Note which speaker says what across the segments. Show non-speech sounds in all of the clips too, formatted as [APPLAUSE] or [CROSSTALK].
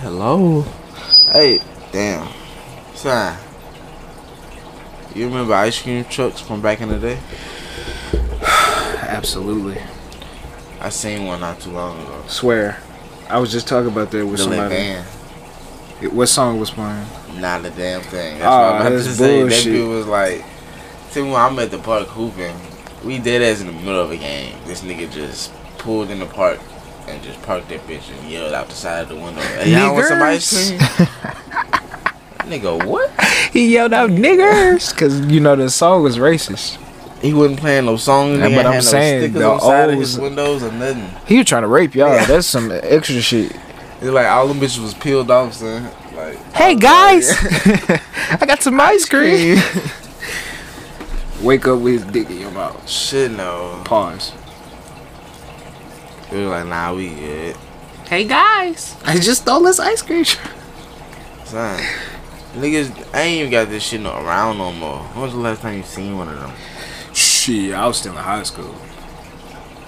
Speaker 1: Hello. Hey,
Speaker 2: Damn. Son. You remember ice cream trucks from back in the day?
Speaker 1: absolutely.
Speaker 2: I seen one not too long ago.
Speaker 1: Swear. I was just talking about that with
Speaker 2: The little
Speaker 1: somebody.
Speaker 2: van.
Speaker 1: It- What song was playing?
Speaker 2: Not a damn thing. That's
Speaker 1: Ah,
Speaker 2: what I'm about
Speaker 1: that's
Speaker 2: to say. That
Speaker 1: bullshit.
Speaker 2: dude was like, see, when I'm at the park hooping, we dead as in the middle of a game. This nigga just pulled in the park and just parked that bitch and yelled out the side of the window, hey, y'all want some ice cream? nigga, what?
Speaker 1: he yelled out [LAUGHS] niggers because you know the song was racist.
Speaker 2: He wasn't playing no song.
Speaker 1: Nah, but
Speaker 2: Nigga, had
Speaker 1: I'm
Speaker 2: no
Speaker 1: saying,
Speaker 2: stickers
Speaker 1: the
Speaker 2: on the side of his
Speaker 1: O's-
Speaker 2: windows or nothing.
Speaker 1: He was trying to rape y'all.
Speaker 2: Yeah.
Speaker 1: That's some extra shit.
Speaker 2: It's like all them bitches was peeled off, son. Like,
Speaker 1: Hey guys, [LAUGHS] I got some ice cream. [LAUGHS] Wake up with his dick in your mouth.
Speaker 2: [LAUGHS] shit, no.
Speaker 1: Pause.
Speaker 2: It was like, nah, we good.
Speaker 1: Hey guys, I just stole this ice cream.
Speaker 2: Son, niggas, I ain't even got this shit no around no more. When was the last time you seen one of them?
Speaker 1: Shit, I was still in high school.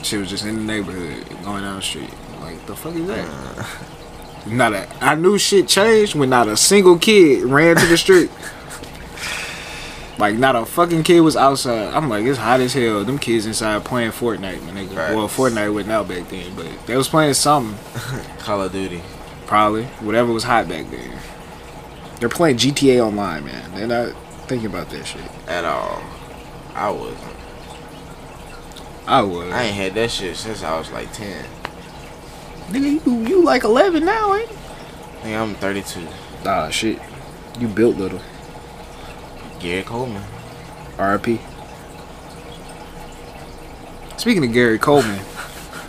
Speaker 1: She was just in the neighborhood, going down the street. Like the fuck is that?
Speaker 2: Uh,
Speaker 1: Not a. I knew shit changed when not a single kid ran to the
Speaker 2: [LAUGHS]
Speaker 1: street. Like not a fucking kid was outside. I'm like, it's hot as hell. Them kids inside playing Fortnite, my nigga.
Speaker 2: Right.
Speaker 1: Well, Fortnite wasn't out back then, but they was playing something.
Speaker 2: Call of Duty.
Speaker 1: Probably. Whatever was hot back then. They're playing GTA Online, man. They're not thinking about that shit.
Speaker 2: At all. I wasn't.
Speaker 1: I would.
Speaker 2: I ain't had that shit since I was like 10.
Speaker 1: Nigga, you, you like 11 now, ain't you?
Speaker 2: Nigga, I'm 32.
Speaker 1: Nah, shit. You built little.
Speaker 2: Gary Coleman.
Speaker 1: RIP. Speaking of Gary Coleman,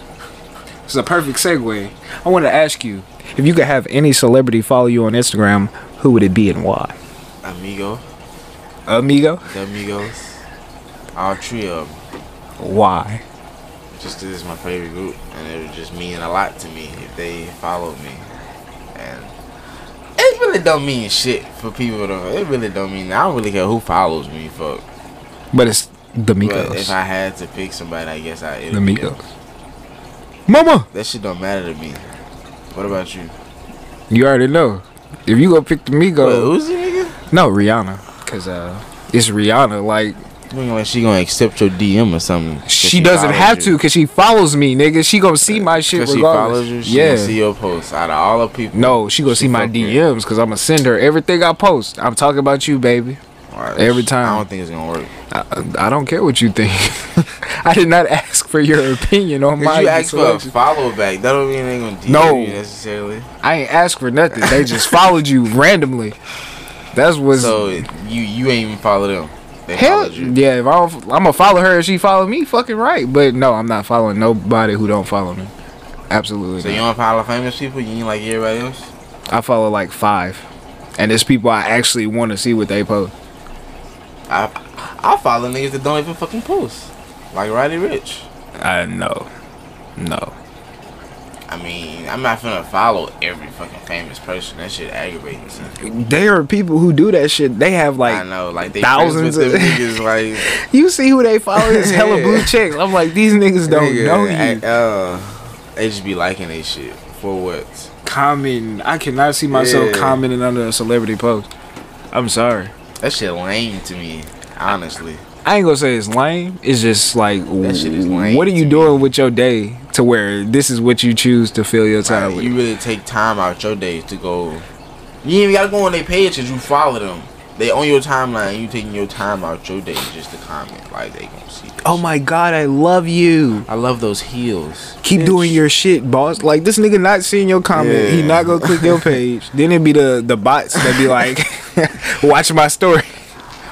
Speaker 1: [LAUGHS] this is a perfect segue. I want to ask you if you could have any celebrity follow you on Instagram, who would it be and why?
Speaker 2: Amigo.
Speaker 1: Amigo?
Speaker 2: The Amigos. All three of 'em.
Speaker 1: Why?
Speaker 2: Just 'cause it's my favorite group. And it would just mean a lot to me if they followed me. And it really don't mean shit for people to. It really don't mean. I don't really care who follows me, fuck.
Speaker 1: But it's the
Speaker 2: But if
Speaker 1: Migos.
Speaker 2: I had to pick somebody, I guess I.
Speaker 1: The Migos. Mama!
Speaker 2: That shit don't matter to me. What about you?
Speaker 1: You already know. If you go pick the
Speaker 2: Wait,
Speaker 1: Migos.
Speaker 2: who's the nigga?
Speaker 1: No, Rihanna. Because uh, it's Rihanna. Like,
Speaker 2: You mean like she gonna accept your DM or something? 'cause
Speaker 1: she, doesn't
Speaker 2: follows
Speaker 1: have
Speaker 2: you.
Speaker 1: to because she follows me, nigga. She gonna see my
Speaker 2: 'Cause
Speaker 1: shit
Speaker 2: she
Speaker 1: regardless.
Speaker 2: follows you. She
Speaker 1: yeah.
Speaker 2: gonna see your posts. Out of all the people.
Speaker 1: No, she gonna
Speaker 2: She
Speaker 1: see my
Speaker 2: fucking-
Speaker 1: DMs because I'm gonna send her everything I post. I'm talking about you, baby.
Speaker 2: Alright,
Speaker 1: every
Speaker 2: sh-
Speaker 1: time.
Speaker 2: I don't think it's gonna work.
Speaker 1: I, I don't care what you think. [LAUGHS] I did not ask for your opinion on
Speaker 2: Cause
Speaker 1: my.
Speaker 2: you ask for a
Speaker 1: selection.
Speaker 2: follow back. That don't mean they gonna DM
Speaker 1: No.
Speaker 2: you necessarily.
Speaker 1: I ain't asked for nothing. They
Speaker 2: [LAUGHS]
Speaker 1: just followed you randomly. That's what's
Speaker 2: So it- you you ain't even follow them. They
Speaker 1: hell.
Speaker 2: followed you.
Speaker 1: Yeah, if I don't, I'm gonna follow her if she follow me, fucking right. But no, I'm not following nobody who don't follow me. Absolutely.
Speaker 2: So
Speaker 1: not.
Speaker 2: you don't follow famous people. You ain't like everybody else.
Speaker 1: I follow like five, and it's people I actually want to see what they post.
Speaker 2: I I follow niggas that don't even fucking post. Like Roddy Rich.
Speaker 1: I know, no.
Speaker 2: I mean, I'm not finna follow every fucking famous person. That shit aggravating. son.
Speaker 1: There are people who do that shit. They have like
Speaker 2: I know, like they
Speaker 1: thousands
Speaker 2: thousands with
Speaker 1: of-
Speaker 2: them
Speaker 1: [LAUGHS]
Speaker 2: niggas. Like
Speaker 1: You see who they follow [LAUGHS] is hella
Speaker 2: Yeah.
Speaker 1: blue checks. I'm like, these niggas don't
Speaker 2: nigga,
Speaker 1: know you.
Speaker 2: I- uh, they just be liking they shit for what?
Speaker 1: Comment. I cannot see
Speaker 2: myself Yeah.
Speaker 1: commenting under a celebrity post. I'm sorry.
Speaker 2: That shit lame to me. Honestly,
Speaker 1: I ain't gonna say it's lame. It's just like,
Speaker 2: That shit is lame
Speaker 1: what are you
Speaker 2: to
Speaker 1: doing with your day to where this is what you choose to fill your time
Speaker 2: like,
Speaker 1: with?
Speaker 2: you really take time out your days to go. You ain't even gotta go on their page 'cause you follow them. They on your timeline. You taking your time out your day just to comment. Like they gonna see. That
Speaker 1: oh my god, I love you.
Speaker 2: shit. I love those heels.
Speaker 1: Keep
Speaker 2: Bitch.
Speaker 1: doing your shit, boss. Like this nigga not seeing your comment. He
Speaker 2: Yeah.
Speaker 1: not gonna click your page. then it be the the bots that be like, [LAUGHS] watch my story.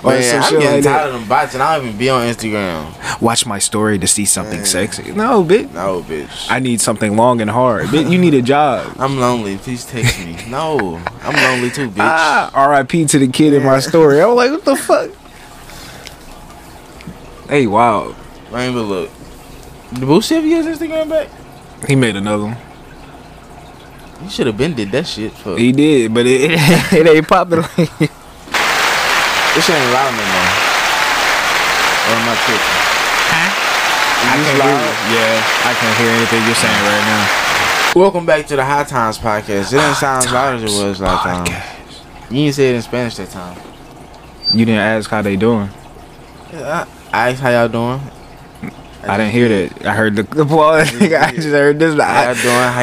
Speaker 1: Or
Speaker 2: Man,
Speaker 1: Oh, some
Speaker 2: I'm
Speaker 1: shit
Speaker 2: getting
Speaker 1: like that.
Speaker 2: tired of them bots, and I don't even be on Instagram.
Speaker 1: watch my story to see something
Speaker 2: Man.
Speaker 1: sexy. No, bitch.
Speaker 2: No, bitch.
Speaker 1: I need something long and hard. Bitch, you need a job.
Speaker 2: I'm lonely. Please text
Speaker 1: [LAUGHS]
Speaker 2: me. no, I'm lonely too, bitch.
Speaker 1: Ah, RIP to the kid in my story. I'm like, what
Speaker 2: [LAUGHS]
Speaker 1: the fuck? Hey, wow.
Speaker 2: I ain't even look. Did Boosie ever get his Instagram back?
Speaker 1: He made another one.
Speaker 2: He should have been did that shit. Fuck.
Speaker 1: He did, but it, [LAUGHS] it, ain't popping. like-
Speaker 2: this shit ain't loud no more. Or am I tripping?
Speaker 1: I
Speaker 2: Is this
Speaker 1: can't hear
Speaker 2: loud?
Speaker 1: you. Yeah, I can't hear anything you're saying right now.
Speaker 2: Welcome back to the High Times podcast. It didn't sound as loud as it was last
Speaker 1: Um,
Speaker 2: time. You didn't say it in Spanish that time.
Speaker 1: You didn't ask how they doing.
Speaker 2: Yeah, I I asked how y'all doing.
Speaker 1: I didn't hear that. I heard the applause. [LAUGHS] I just heard this.
Speaker 2: How
Speaker 1: I,
Speaker 2: y'all doing? How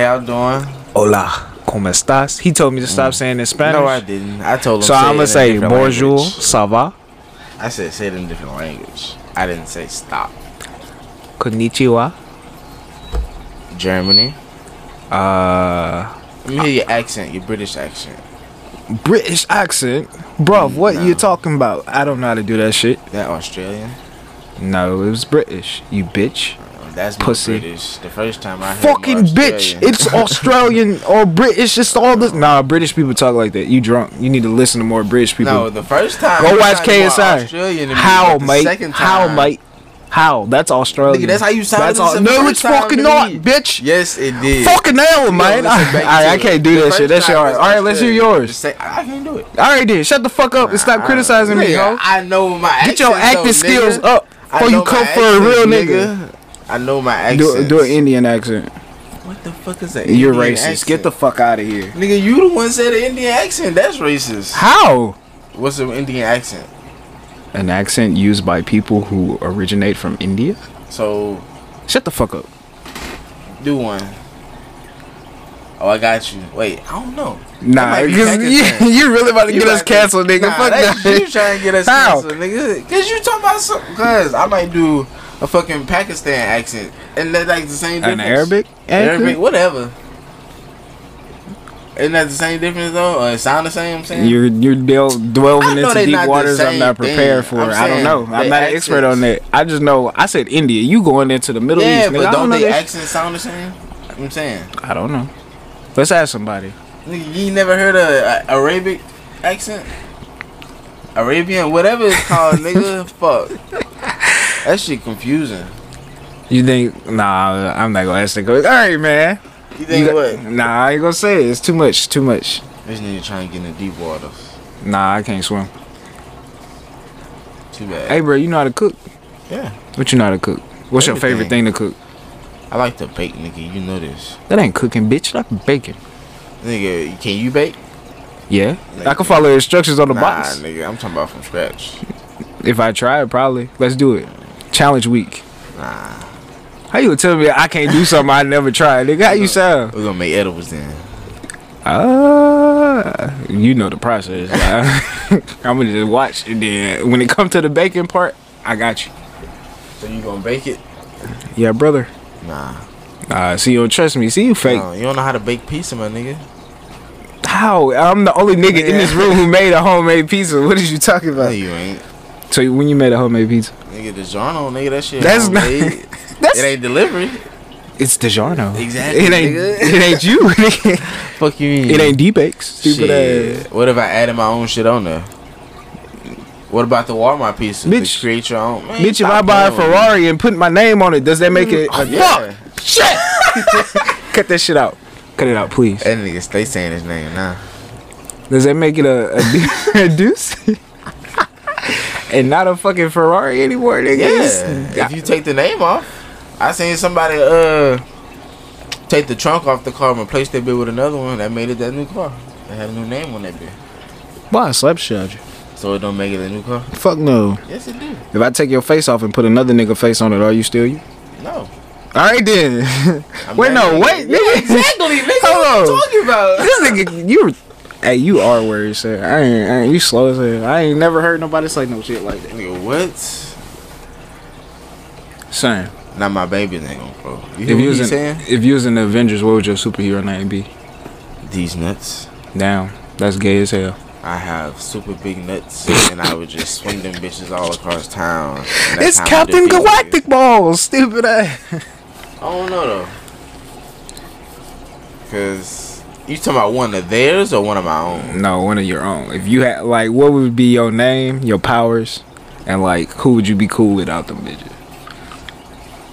Speaker 2: y'all doing?
Speaker 1: Hola, ¿cómo estás? He told me to stop saying in Spanish.
Speaker 2: No, I didn't. I told him.
Speaker 1: so I'm
Speaker 2: it in
Speaker 1: gonna
Speaker 2: a
Speaker 1: say
Speaker 2: different
Speaker 1: bonjour,
Speaker 2: language.
Speaker 1: ça va,
Speaker 2: I said say it in a different language. I didn't say stop.
Speaker 1: konnichiwa.
Speaker 2: Germany.
Speaker 1: Uh,
Speaker 2: Let me hear your accent, your British accent.
Speaker 1: British accent, bruv. What
Speaker 2: No.
Speaker 1: you talking about? I don't know how to do that shit.
Speaker 2: That Australian.
Speaker 1: No, it was British. You bitch.
Speaker 2: Oh, That's not
Speaker 1: Pussy.
Speaker 2: British. The first time I heard more
Speaker 1: Fucking bitch.
Speaker 2: Australian.
Speaker 1: It's Australian or British. It's all this. Nah, British people talk like that. You drunk. You need to listen to more British people.
Speaker 2: no the first time.
Speaker 1: Go
Speaker 2: you
Speaker 1: watch
Speaker 2: sounded more Australian
Speaker 1: KSI.
Speaker 2: than me,
Speaker 1: How,
Speaker 2: but the
Speaker 1: mate?
Speaker 2: second
Speaker 1: How,
Speaker 2: time-
Speaker 1: mate? How? That's Australian.
Speaker 2: Nigga, that's how you sounded.
Speaker 1: That's all-
Speaker 2: the
Speaker 1: No,
Speaker 2: first
Speaker 1: it's
Speaker 2: time
Speaker 1: fucking
Speaker 2: to
Speaker 1: not,
Speaker 2: me.
Speaker 1: bitch.
Speaker 2: Yes, it did.
Speaker 1: Fucking hell,
Speaker 2: You
Speaker 1: man. [LAUGHS]
Speaker 2: don't listen back
Speaker 1: I, I,
Speaker 2: to
Speaker 1: can't
Speaker 2: it.
Speaker 1: do
Speaker 2: The
Speaker 1: that
Speaker 2: first
Speaker 1: shit. That's
Speaker 2: time
Speaker 1: your. All
Speaker 2: was
Speaker 1: right, let's hear
Speaker 2: Australian.
Speaker 1: yours.
Speaker 2: The sec- I can't do it.
Speaker 1: All right, then. Shut the fuck up and stop
Speaker 2: I-
Speaker 1: criticizing me,
Speaker 2: nigga,
Speaker 1: yo.
Speaker 2: I know my accent.
Speaker 1: Get your acting
Speaker 2: though,
Speaker 1: skills
Speaker 2: nigga.
Speaker 1: up
Speaker 2: I
Speaker 1: before you
Speaker 2: know my
Speaker 1: come for a real
Speaker 2: accents,
Speaker 1: nigga.
Speaker 2: I know my
Speaker 1: Do,
Speaker 2: accent.
Speaker 1: do an Indian accent.
Speaker 2: What the fuck is that?
Speaker 1: You're
Speaker 2: Indian
Speaker 1: racist. Get the
Speaker 2: accent?
Speaker 1: fuck out of here.
Speaker 2: nigga. You the one said an Indian accent. That's racist.
Speaker 1: How?
Speaker 2: What's an Indian accent?
Speaker 1: An accent used by people who originate from India?
Speaker 2: So
Speaker 1: Shut the fuck up.
Speaker 2: do one. Oh, I got you. Wait, I don't know.
Speaker 1: Nah, [LAUGHS]
Speaker 2: might be
Speaker 1: because
Speaker 2: Pakistan.
Speaker 1: you, you really about to
Speaker 2: You
Speaker 1: get us
Speaker 2: might be-
Speaker 1: canceled, nigga.
Speaker 2: Nah,
Speaker 1: fuck
Speaker 2: that's
Speaker 1: that.
Speaker 2: You trying to get us
Speaker 1: How?
Speaker 2: canceled, nigga? Cause you talking about some. Cause I might do a fucking Pakistan accent, and that's like the same.
Speaker 1: An
Speaker 2: Difference.
Speaker 1: Arabic accent?
Speaker 2: Arabic, whatever. Isn't that the same difference though? Or it sound the same? I'm saying.
Speaker 1: You're you're del-
Speaker 2: I
Speaker 1: delving
Speaker 2: know
Speaker 1: into
Speaker 2: they not
Speaker 1: deep
Speaker 2: the
Speaker 1: waters I'm
Speaker 2: same
Speaker 1: not prepared
Speaker 2: thing.
Speaker 1: for.
Speaker 2: I'm
Speaker 1: I don't
Speaker 2: saying
Speaker 1: know. I'm
Speaker 2: they
Speaker 1: not an expert on that.
Speaker 2: accents.
Speaker 1: I just know I said India. You going into the Middle
Speaker 2: yeah,
Speaker 1: East, nigga.
Speaker 2: but
Speaker 1: I
Speaker 2: don't
Speaker 1: don't know.
Speaker 2: they
Speaker 1: that-
Speaker 2: accents sound the same? I'm saying.
Speaker 1: I don't know. Let's ask somebody.
Speaker 2: Nigga, you ain't never heard a, a Arabic accent? Arabian, whatever it's
Speaker 1: [LAUGHS]
Speaker 2: called, nigga. Fuck. That shit confusing.
Speaker 1: You think? Nah, I'm not gonna ask that. All right, man.
Speaker 2: You think
Speaker 1: You
Speaker 2: what?
Speaker 1: got- Mm-hmm. Nah, I ain't gonna say it. It's too much. Too much.
Speaker 2: This nigga trying to get in the deep waters.
Speaker 1: Nah, I can't swim.
Speaker 2: Too bad.
Speaker 1: Hey, bro, you know how to cook?
Speaker 2: Yeah.
Speaker 1: What you know how to cook? What's your favorite
Speaker 2: Everything.
Speaker 1: thing to cook?
Speaker 2: I like to bake, nigga. You know this.
Speaker 1: That ain't cooking, bitch. Like bacon.
Speaker 2: Nigga, can you bake?
Speaker 1: Yeah, I can
Speaker 2: Bacon.
Speaker 1: follow instructions on the
Speaker 2: nah,
Speaker 1: box.
Speaker 2: nigga. I'm talking about from scratch.
Speaker 1: If I try it, probably. Let's do it. Challenge week.
Speaker 2: Nah.
Speaker 1: How you gonna tell me I [LAUGHS] can't do something I never tried, nigga? How you sound?
Speaker 2: We're gonna make edibles then.
Speaker 1: Uh, you know the [LAUGHS] process. I'm gonna just watch, and then when it comes to the baking part, I got you.
Speaker 2: So you gonna bake it?
Speaker 1: Yeah, brother.
Speaker 2: Nah.
Speaker 1: Uh, see, you don't trust me. See, you fake.
Speaker 2: No, you don't know how to bake pizza, my nigga.
Speaker 1: How? I'm the only nigga in this room who made [LAUGHS] a homemade pizza. What is you talking
Speaker 2: No,
Speaker 1: about?
Speaker 2: you ain't.
Speaker 1: So when you made a homemade pizza,
Speaker 2: Nigga, DiGiorno, nigga, that shit.
Speaker 1: That's not-
Speaker 2: [LAUGHS] homemade.
Speaker 1: that's
Speaker 2: It ain't delivery.
Speaker 1: it's DiGiorno.
Speaker 2: Exactly,
Speaker 1: It ain't.
Speaker 2: nigga.
Speaker 1: It ain't [LAUGHS] you. nigga.
Speaker 2: Fuck you. mean?
Speaker 1: it ain't D-Bakes. Stupid
Speaker 2: Shit.
Speaker 1: ass.
Speaker 2: What if I added my own shit on there? What about the Walmart pieces?
Speaker 1: Bitch.
Speaker 2: To create your own. Man,
Speaker 1: Bitch, if I
Speaker 2: stop
Speaker 1: buy a
Speaker 2: playing with
Speaker 1: Ferrari and put my name on it, does that make it?
Speaker 2: me.
Speaker 1: fuck. Shit! [LAUGHS] Cut that shit out. Eh. Cut it out, please.
Speaker 2: That nigga stay saying his name now.
Speaker 1: Does that make it a, a, de- [LAUGHS] a deuce? and not a fucking Ferrari anymore, nigga. It's-
Speaker 2: Yeah. If you take the name off, I seen somebody uh take the trunk off the car and replace that bit with another one. That made it that new car. They had a new name on that bit,
Speaker 1: Why I slap shit out you?
Speaker 2: so it don't make it a new car.
Speaker 1: Fuck no.
Speaker 2: Yes, it do.
Speaker 1: If I take your face off and put another nigga face on it, are you still you?
Speaker 2: No.
Speaker 1: All right [LAUGHS] then.
Speaker 2: I'm
Speaker 1: wait,
Speaker 2: not-
Speaker 1: no, wait,
Speaker 2: Yeah,
Speaker 1: nigga.
Speaker 2: Exactly, nigga.
Speaker 1: Hold
Speaker 2: What
Speaker 1: on.
Speaker 2: you talking
Speaker 1: [LAUGHS]
Speaker 2: about?
Speaker 1: this nigga, you. Hey, you are where it's at. I ain't, I ain't. You slow as hell. I ain't never heard nobody say no shit like that.
Speaker 2: Nigga, what?
Speaker 1: Same.
Speaker 2: Not my baby name, bro. You hear
Speaker 1: If
Speaker 2: what
Speaker 1: you was
Speaker 2: he's
Speaker 1: in,
Speaker 2: saying?
Speaker 1: if you was in the Avengers, what would your superhero name be?
Speaker 2: These nuts.
Speaker 1: Damn, that's gay as hell.
Speaker 2: I have super big nuts, and I would just swing them bitches all across town. and that's
Speaker 1: It's
Speaker 2: how I
Speaker 1: Captain
Speaker 2: defeat
Speaker 1: Galactic Balls, stupid ass.
Speaker 2: niggas. I don't know though, cause you talking about one of theirs or one of my own?
Speaker 1: No, one of your own. If you had like, what would be your name, your powers, and like, who would you be cool without them bitches?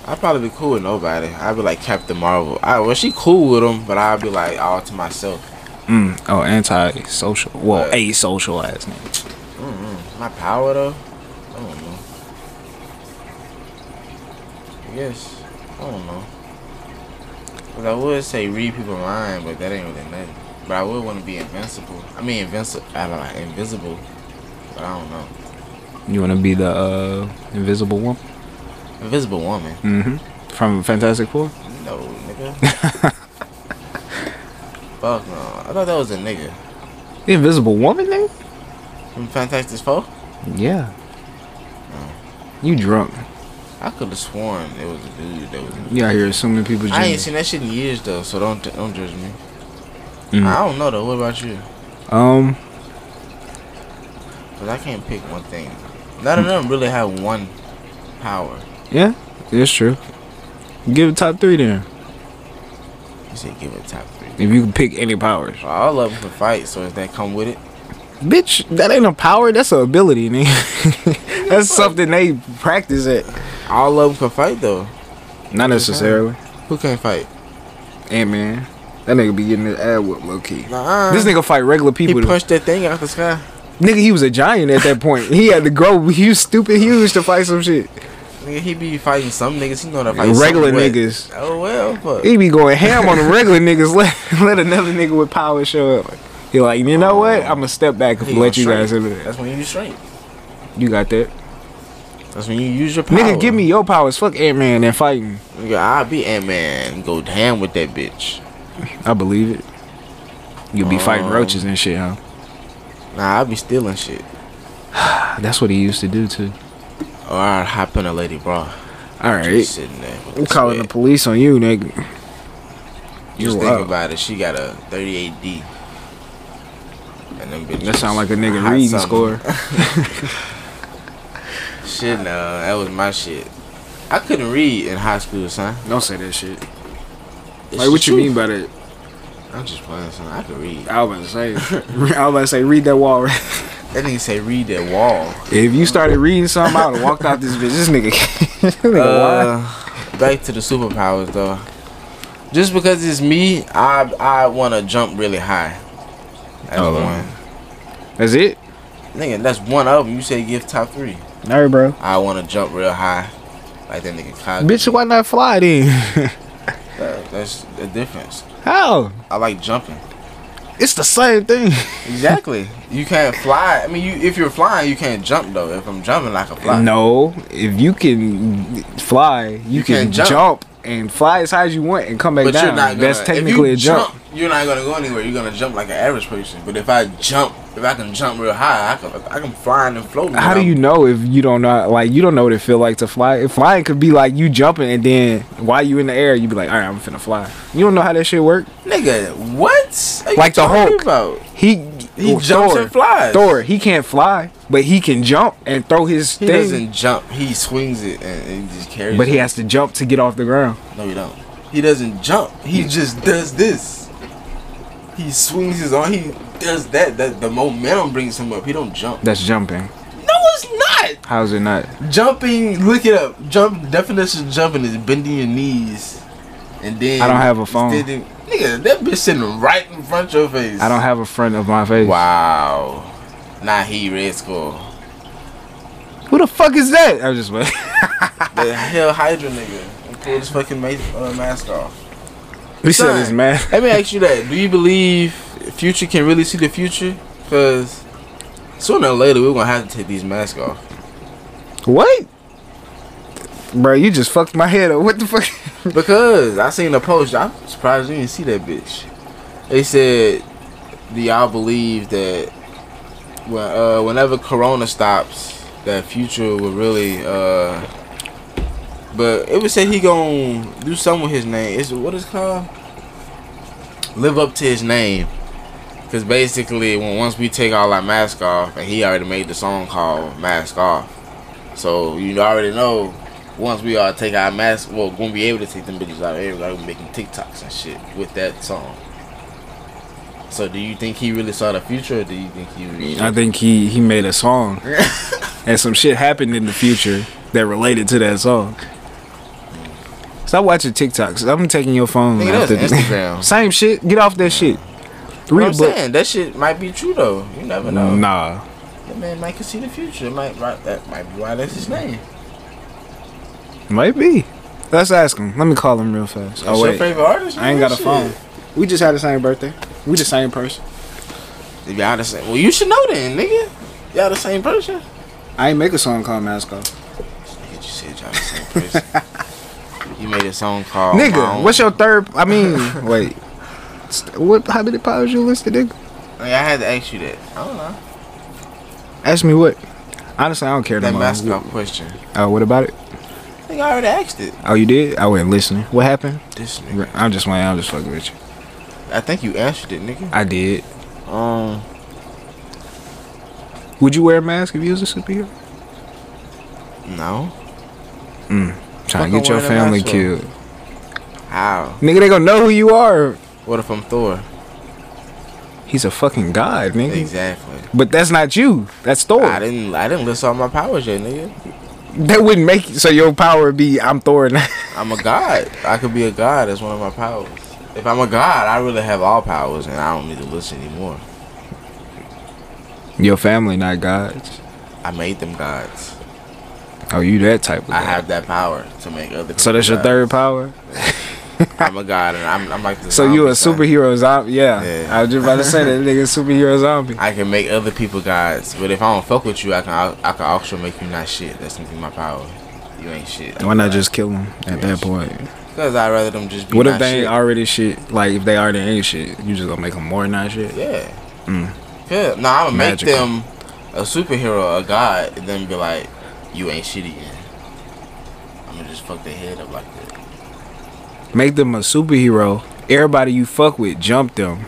Speaker 2: I'd probably be cool with nobody. I'd be like Captain Marvel. I well, she cool with them, but I'd be like all to myself.
Speaker 1: Mm. Oh, anti-social. Well,
Speaker 2: Right.
Speaker 1: asocial ass name.
Speaker 2: Mm-mm. My power though, I don't know. Yes, I don't know. Cause I would say read people mind, but that ain't really nothing. But I would want to be invincible. I mean, invincible. I don't know, invisible. But I don't know.
Speaker 1: You want to be the uh, invisible woman?
Speaker 2: Invisible woman.
Speaker 1: Mm-hmm. From Fantastic Four?
Speaker 2: No,
Speaker 1: [LAUGHS]
Speaker 2: nigga. Fuck no. I thought that was a nigga.
Speaker 1: The Invisible Woman nigga?
Speaker 2: From Fantastic Four.
Speaker 1: Yeah. You drunk.
Speaker 2: I could have sworn it was a dude that was. A dude.
Speaker 1: You out here assuming people's
Speaker 2: I ain't
Speaker 1: gender.
Speaker 2: seen that shit in years though, so don't don't judge me.
Speaker 1: Mm.
Speaker 2: I don't know though. What about you?
Speaker 1: Um,
Speaker 2: Cause I can't pick one thing. None of them really have one power.
Speaker 1: yeah, it's true. Give it top three then.
Speaker 2: You say give it top three.
Speaker 1: If you can pick any powers.
Speaker 2: All of them can fight, so if that come with it,
Speaker 1: Bitch, that ain't a power, that's an ability, nigga. [LAUGHS] that's something they practice at.
Speaker 2: all of them can fight though.
Speaker 1: Not necessarily.
Speaker 2: Who can't fight?
Speaker 1: Hey man. That nigga be getting his ad whipped low key.
Speaker 2: Nah.
Speaker 1: This nigga fight regular
Speaker 2: he
Speaker 1: people. though.
Speaker 2: punched that thing out the sky.
Speaker 1: nigga, he was a giant at that point. he had to grow. He was stupid huge to fight some shit.
Speaker 2: Nigga, he be fighting some niggas. He know that fight
Speaker 1: regular
Speaker 2: some wet.
Speaker 1: niggas.
Speaker 2: Oh well, fuck.
Speaker 1: He be going ham on the regular niggas. [LAUGHS] Let let another nigga with power show up. He like, you know what? I'm gonna step back and
Speaker 2: He
Speaker 1: let you
Speaker 2: straight.
Speaker 1: guys into that.
Speaker 2: That's when you use strength.
Speaker 1: You got that,
Speaker 2: That's when you use your power.
Speaker 1: nigga. Give me your powers. Fuck Ant Man and fighting.
Speaker 2: Nigga, I be Ant Man. Go ham with that bitch.
Speaker 1: I believe it. You'll be fighting
Speaker 2: Um,
Speaker 1: roaches and shit, huh?
Speaker 2: Nah, I be stealing shit.
Speaker 1: ah, That's what he used to do too.
Speaker 2: Or I hop in a lady bra.
Speaker 1: All
Speaker 2: Just
Speaker 1: right,
Speaker 2: sitting there. with
Speaker 1: I'm
Speaker 2: the
Speaker 1: calling the
Speaker 2: sweat.
Speaker 1: police on you, nigga. You
Speaker 2: Just
Speaker 1: wild.
Speaker 2: think about it. She got a 38D. And them bitches.
Speaker 1: That sound like a nigga
Speaker 2: hot
Speaker 1: reading
Speaker 2: something.
Speaker 1: [LAUGHS] score.
Speaker 2: Shit, no, that was my shit. I couldn't read in high school, son.
Speaker 1: Don't say that shit.
Speaker 2: It's
Speaker 1: like, what
Speaker 2: the
Speaker 1: you
Speaker 2: truth.
Speaker 1: mean by that?
Speaker 2: I'm just playing, son. I could read.
Speaker 1: I was about to [LAUGHS] say. I was about to say, read that wall. right
Speaker 2: That nigga say read that wall.
Speaker 1: If you started reading something, I would have walked out this bitch. This nigga, [LAUGHS] this nigga wild.
Speaker 2: Uh, back to the superpowers though. Just because it's me, I I want to jump really high. That's
Speaker 1: Oh,
Speaker 2: one.
Speaker 1: Lord. That's it.
Speaker 2: Nigga, that's one of them. You say give top three.
Speaker 1: All right, bro.
Speaker 2: I want to jump real high, like that nigga Cosby.
Speaker 1: Bitch, why not fly then?
Speaker 2: That- that's the difference.
Speaker 1: [LAUGHS] How?
Speaker 2: I
Speaker 1: [LAUGHS]
Speaker 2: like jumping.
Speaker 1: It's the same thing.
Speaker 2: Exactly. you can't fly. I mean, you if you're flying, you can't jump though. If I'm jumping, I can fly.
Speaker 1: No, if you can fly, you,
Speaker 2: You
Speaker 1: can
Speaker 2: can jump.
Speaker 1: jump. and fly as high as you want and come back
Speaker 2: But
Speaker 1: down.
Speaker 2: you're not gonna.
Speaker 1: That's
Speaker 2: if
Speaker 1: technically
Speaker 2: you
Speaker 1: a jump.
Speaker 2: You're not gonna go anywhere. You're gonna jump like an average person. But if I jump, if I can jump real high, I can. I can fly and float.
Speaker 1: How do
Speaker 2: without-
Speaker 1: you know if you don't know? Like you don't know what it feel like to fly. If flying could be like you jumping and then while you in the air, you be like, all right, I'm finna fly. You don't know how that shit work.
Speaker 2: Nigga, what? Are you
Speaker 1: Like the
Speaker 2: talking
Speaker 1: Hulk.
Speaker 2: About?
Speaker 1: He
Speaker 2: He
Speaker 1: well,
Speaker 2: jumps
Speaker 1: Thor,
Speaker 2: and flies.
Speaker 1: Thor, he can't fly, but he can jump and throw his
Speaker 2: He
Speaker 1: thing.
Speaker 2: doesn't jump. He swings it and, and he just carries.
Speaker 1: But he
Speaker 2: it.
Speaker 1: has to jump to get off the ground.
Speaker 2: no, he don't. He doesn't jump. He
Speaker 1: Hmm.
Speaker 2: just does this. He swings his arm. He does that. That the momentum brings him up. He don't jump.
Speaker 1: That's jumping.
Speaker 2: No, it's
Speaker 1: How's it not?
Speaker 2: not jumping. Look it up. Jump definition. of Jumping is bending your knees, and then
Speaker 1: I don't have a phone.
Speaker 2: standing- Nigga, that bitch sitting right in front of your face.
Speaker 1: I don't have a friend of my face.
Speaker 2: Wow. Nah, he red skull.
Speaker 1: Who the fuck is that? I was just like, [LAUGHS]
Speaker 2: the hell Hydra nigga and pulled his fucking ma- uh, mask off.
Speaker 1: we said it's
Speaker 2: Son.
Speaker 1: man.
Speaker 2: Let me ask
Speaker 1: [LAUGHS]
Speaker 2: you that: Do you believe Future can really see the future? Because sooner or later we're gonna have to take these masks off.
Speaker 1: What? Bro, you just fucked my head up. What the fuck?
Speaker 2: Because I seen a post. I'm surprised you didn't see that bitch. They said, "Do y'all believe that when, uh, whenever Corona stops, that Future will really?" uh But it would say he gonna do something with his name. Is what it's called? Live up to his name. Cause basically, when once we take all our mask off, and he already made the song called "Mask Off," so you already know once we all take our mask, well, gonna be able to take them bitches out. Everybody gonna be making TikToks and shit with that song. So, do you think he really saw the future, or do you think he? Was,
Speaker 1: I think he he made a song, and some shit happened in the future that related to that song. Stop watching TikToks. I'm taking your phone.
Speaker 2: Nigga, that was
Speaker 1: after this. [LAUGHS]
Speaker 2: Instagram.
Speaker 1: Same shit. Get off that shit.
Speaker 2: You know
Speaker 1: Read a
Speaker 2: what I'm
Speaker 1: book.
Speaker 2: saying uh, that shit might be true though. You never know.
Speaker 1: Nah.
Speaker 2: That man might can see the future. It might right, that might be why that's his name.
Speaker 1: Might be. Let's ask him. Let me call him real fast.
Speaker 2: That's
Speaker 1: oh
Speaker 2: your
Speaker 1: wait,
Speaker 2: favorite artist?
Speaker 1: I ain't got a
Speaker 2: Shit.
Speaker 1: phone. We just had the same birthday. We the same person.
Speaker 2: Y'all the same. Well, you should know then, nigga. Y'all the same person.
Speaker 1: I ain't make a song called Masco.
Speaker 2: Nigga, you said y'all the same person. [LAUGHS] you made a song called.
Speaker 1: nigga, what's your third? I mean,
Speaker 2: [LAUGHS]
Speaker 1: wait. St- What? How many powers you listed, nigga?
Speaker 2: Like, I had to ask you that. I don't know.
Speaker 1: Ask me what. Honestly, I don't care no
Speaker 2: That
Speaker 1: more.
Speaker 2: mascot question.
Speaker 1: Oh, what about it?
Speaker 2: I think I already asked it.
Speaker 1: Oh, you did? I wasn't listening. What happened?
Speaker 2: This nigga.
Speaker 1: I'm just playing. I'm just fucking with you.
Speaker 2: I think you answered it, nigga.
Speaker 1: I did.
Speaker 2: Um,
Speaker 1: Would you wear a mask if you was a superhero?
Speaker 2: no.
Speaker 1: Trying
Speaker 2: Fucking
Speaker 1: to get your
Speaker 2: wearing a
Speaker 1: family
Speaker 2: mask,
Speaker 1: killed.
Speaker 2: How?
Speaker 1: Nigga, they gonna know who you are.
Speaker 2: What if I'm Thor?
Speaker 1: He's a fucking god, nigga.
Speaker 2: Exactly.
Speaker 1: But that's not you. That's Thor.
Speaker 2: I didn't. I didn't list all my powers yet, nigga.
Speaker 1: That wouldn't make it so your power would be I'm Thor. and-
Speaker 2: I'm a god. I could be a god. That's one of my powers. If I'm a god, I really have all powers, and I don't need to list anymore.
Speaker 1: [LAUGHS] your family not gods.
Speaker 2: I made them gods.
Speaker 1: Oh, you that type of
Speaker 2: I
Speaker 1: god.
Speaker 2: have that power to make other.
Speaker 1: so that's your
Speaker 2: people
Speaker 1: third
Speaker 2: gods.
Speaker 1: power.
Speaker 2: I'm a god, and I'm, I'm like the.
Speaker 1: So you a
Speaker 2: zombie son.
Speaker 1: superhero zombie? Yeah.
Speaker 2: Yeah.
Speaker 1: I was just about to say that nigga superhero zombie.
Speaker 2: I can make other people gods, but if I don't fuck with you, I can. al- I can also make you not shit. That's gonna be my power. You ain't shit.
Speaker 1: Why not just kill him at that point?
Speaker 2: Because I'd rather them just be.
Speaker 1: What if
Speaker 2: not
Speaker 1: they
Speaker 2: shit.
Speaker 1: ain't already shit? Like if they already ain't shit, you just gonna make them more not shit?
Speaker 2: Yeah. Mm. Yeah. No, I'm gonna make
Speaker 1: Magical.
Speaker 2: them a superhero, a god, and then be like, "You ain't shit again." I'm gonna just fuck their head up like that.
Speaker 1: Make them a superhero. Everybody you fuck with, jump them.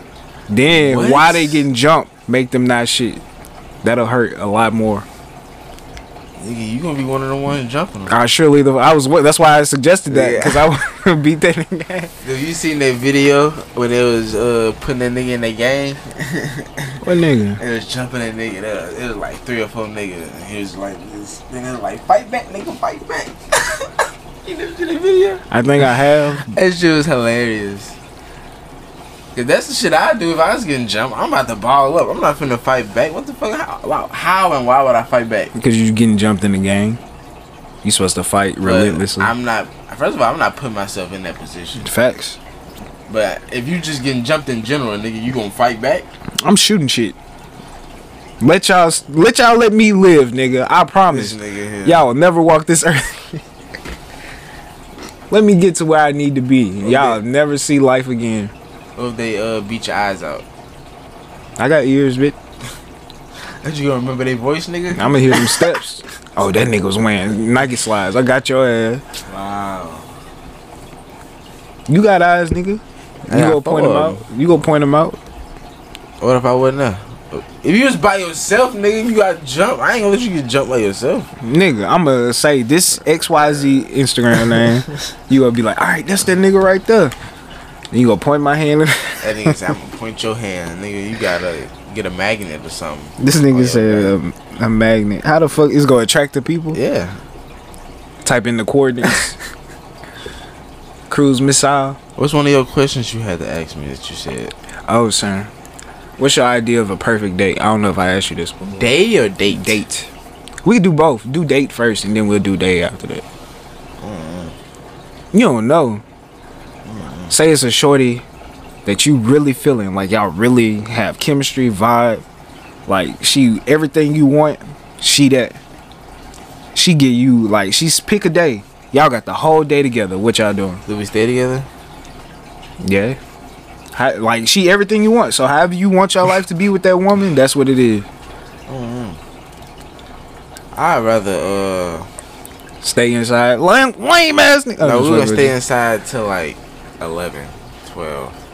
Speaker 1: Then
Speaker 2: What?
Speaker 1: while they getting jumped, make them not shit. That'll hurt a lot more.
Speaker 2: Nigga, you gonna be one of the ones jumping. Them.
Speaker 1: I surely the I was that's why I suggested that
Speaker 2: Yeah.
Speaker 1: because I would [LAUGHS] beat that nigga.
Speaker 2: Have you seen that video where they was uh, putting that nigga in the game?
Speaker 1: What nigga?
Speaker 2: It was jumping that nigga. Up. It was like three or four niggas, and he was like, "This nigga was like fight back, nigga, fight back." [LAUGHS] you never seen the video?
Speaker 1: I think I have.
Speaker 2: That shit was hilarious. If that's the shit I do, if I was getting jumped, I'm about to ball up. I'm not finna fight back. What the fuck? How, wow, how and why would I fight back?
Speaker 1: Because you getting jumped in the gang. You supposed to fight
Speaker 2: But
Speaker 1: relentlessly.
Speaker 2: I'm not. First of all, I'm not putting myself in that position.
Speaker 1: Facts.
Speaker 2: But if you just getting jumped in general, nigga, you gonna fight back?
Speaker 1: I'm shooting shit. Let y'all let y'all let me live, nigga. I
Speaker 2: This
Speaker 1: promise.
Speaker 2: nigga here.
Speaker 1: Y'all will never walk this earth. let me get to where I need to be. Y'all never see life again.
Speaker 2: What if they uh beat your eyes out?
Speaker 1: I got ears, bitch.
Speaker 2: That you gonna remember their voice, nigga?
Speaker 1: I'ma hear them
Speaker 2: [LAUGHS]
Speaker 1: steps. Oh, that nigga was wearing Nike slides. I got your ass.
Speaker 2: Wow.
Speaker 1: You got eyes, nigga. You
Speaker 2: Yeah,
Speaker 1: go point
Speaker 2: four
Speaker 1: them
Speaker 2: of
Speaker 1: out. You go point them out.
Speaker 2: What if I wasn't there? If you was by yourself, nigga, you got jumped. I ain't gonna let you get jumped by yourself.
Speaker 1: Nigga, I'ma say this XYZ Instagram
Speaker 2: [LAUGHS]
Speaker 1: name. you gonna be like, all right, that's that nigga right there. And you gonna point my hand. in-
Speaker 2: That nigga said, I'm gonna point your hand, nigga. You gotta get a magnet or something.
Speaker 1: this
Speaker 2: Oh, yeah,
Speaker 1: nigga said um, a magnet. How the fuck is gonna attract the people?
Speaker 2: Yeah.
Speaker 1: Type in the coordinates. [LAUGHS] Cruise missile.
Speaker 2: What's one of your questions you had to ask me that you said?
Speaker 1: Oh, sir. What's your idea of a perfect date? I don't know if I asked you this before.
Speaker 2: Day or date?
Speaker 1: Date. We could do both. Do date first, and then we'll do day after that. You don't know. Say it's a shorty that you really feeling like y'all really have chemistry, vibe, like she everything you want. She that. She get you like she's pick a day. Y'all got the whole day together. What y'all doing?
Speaker 2: Do we stay together?
Speaker 1: Yeah. How, like she everything you want. So however you want your life to be with that woman, that's what it is.
Speaker 2: I'd rather, uh.
Speaker 1: Stay inside. Lame, lame ass nigga.
Speaker 2: no, we're gonna stay inside till like 11, 12.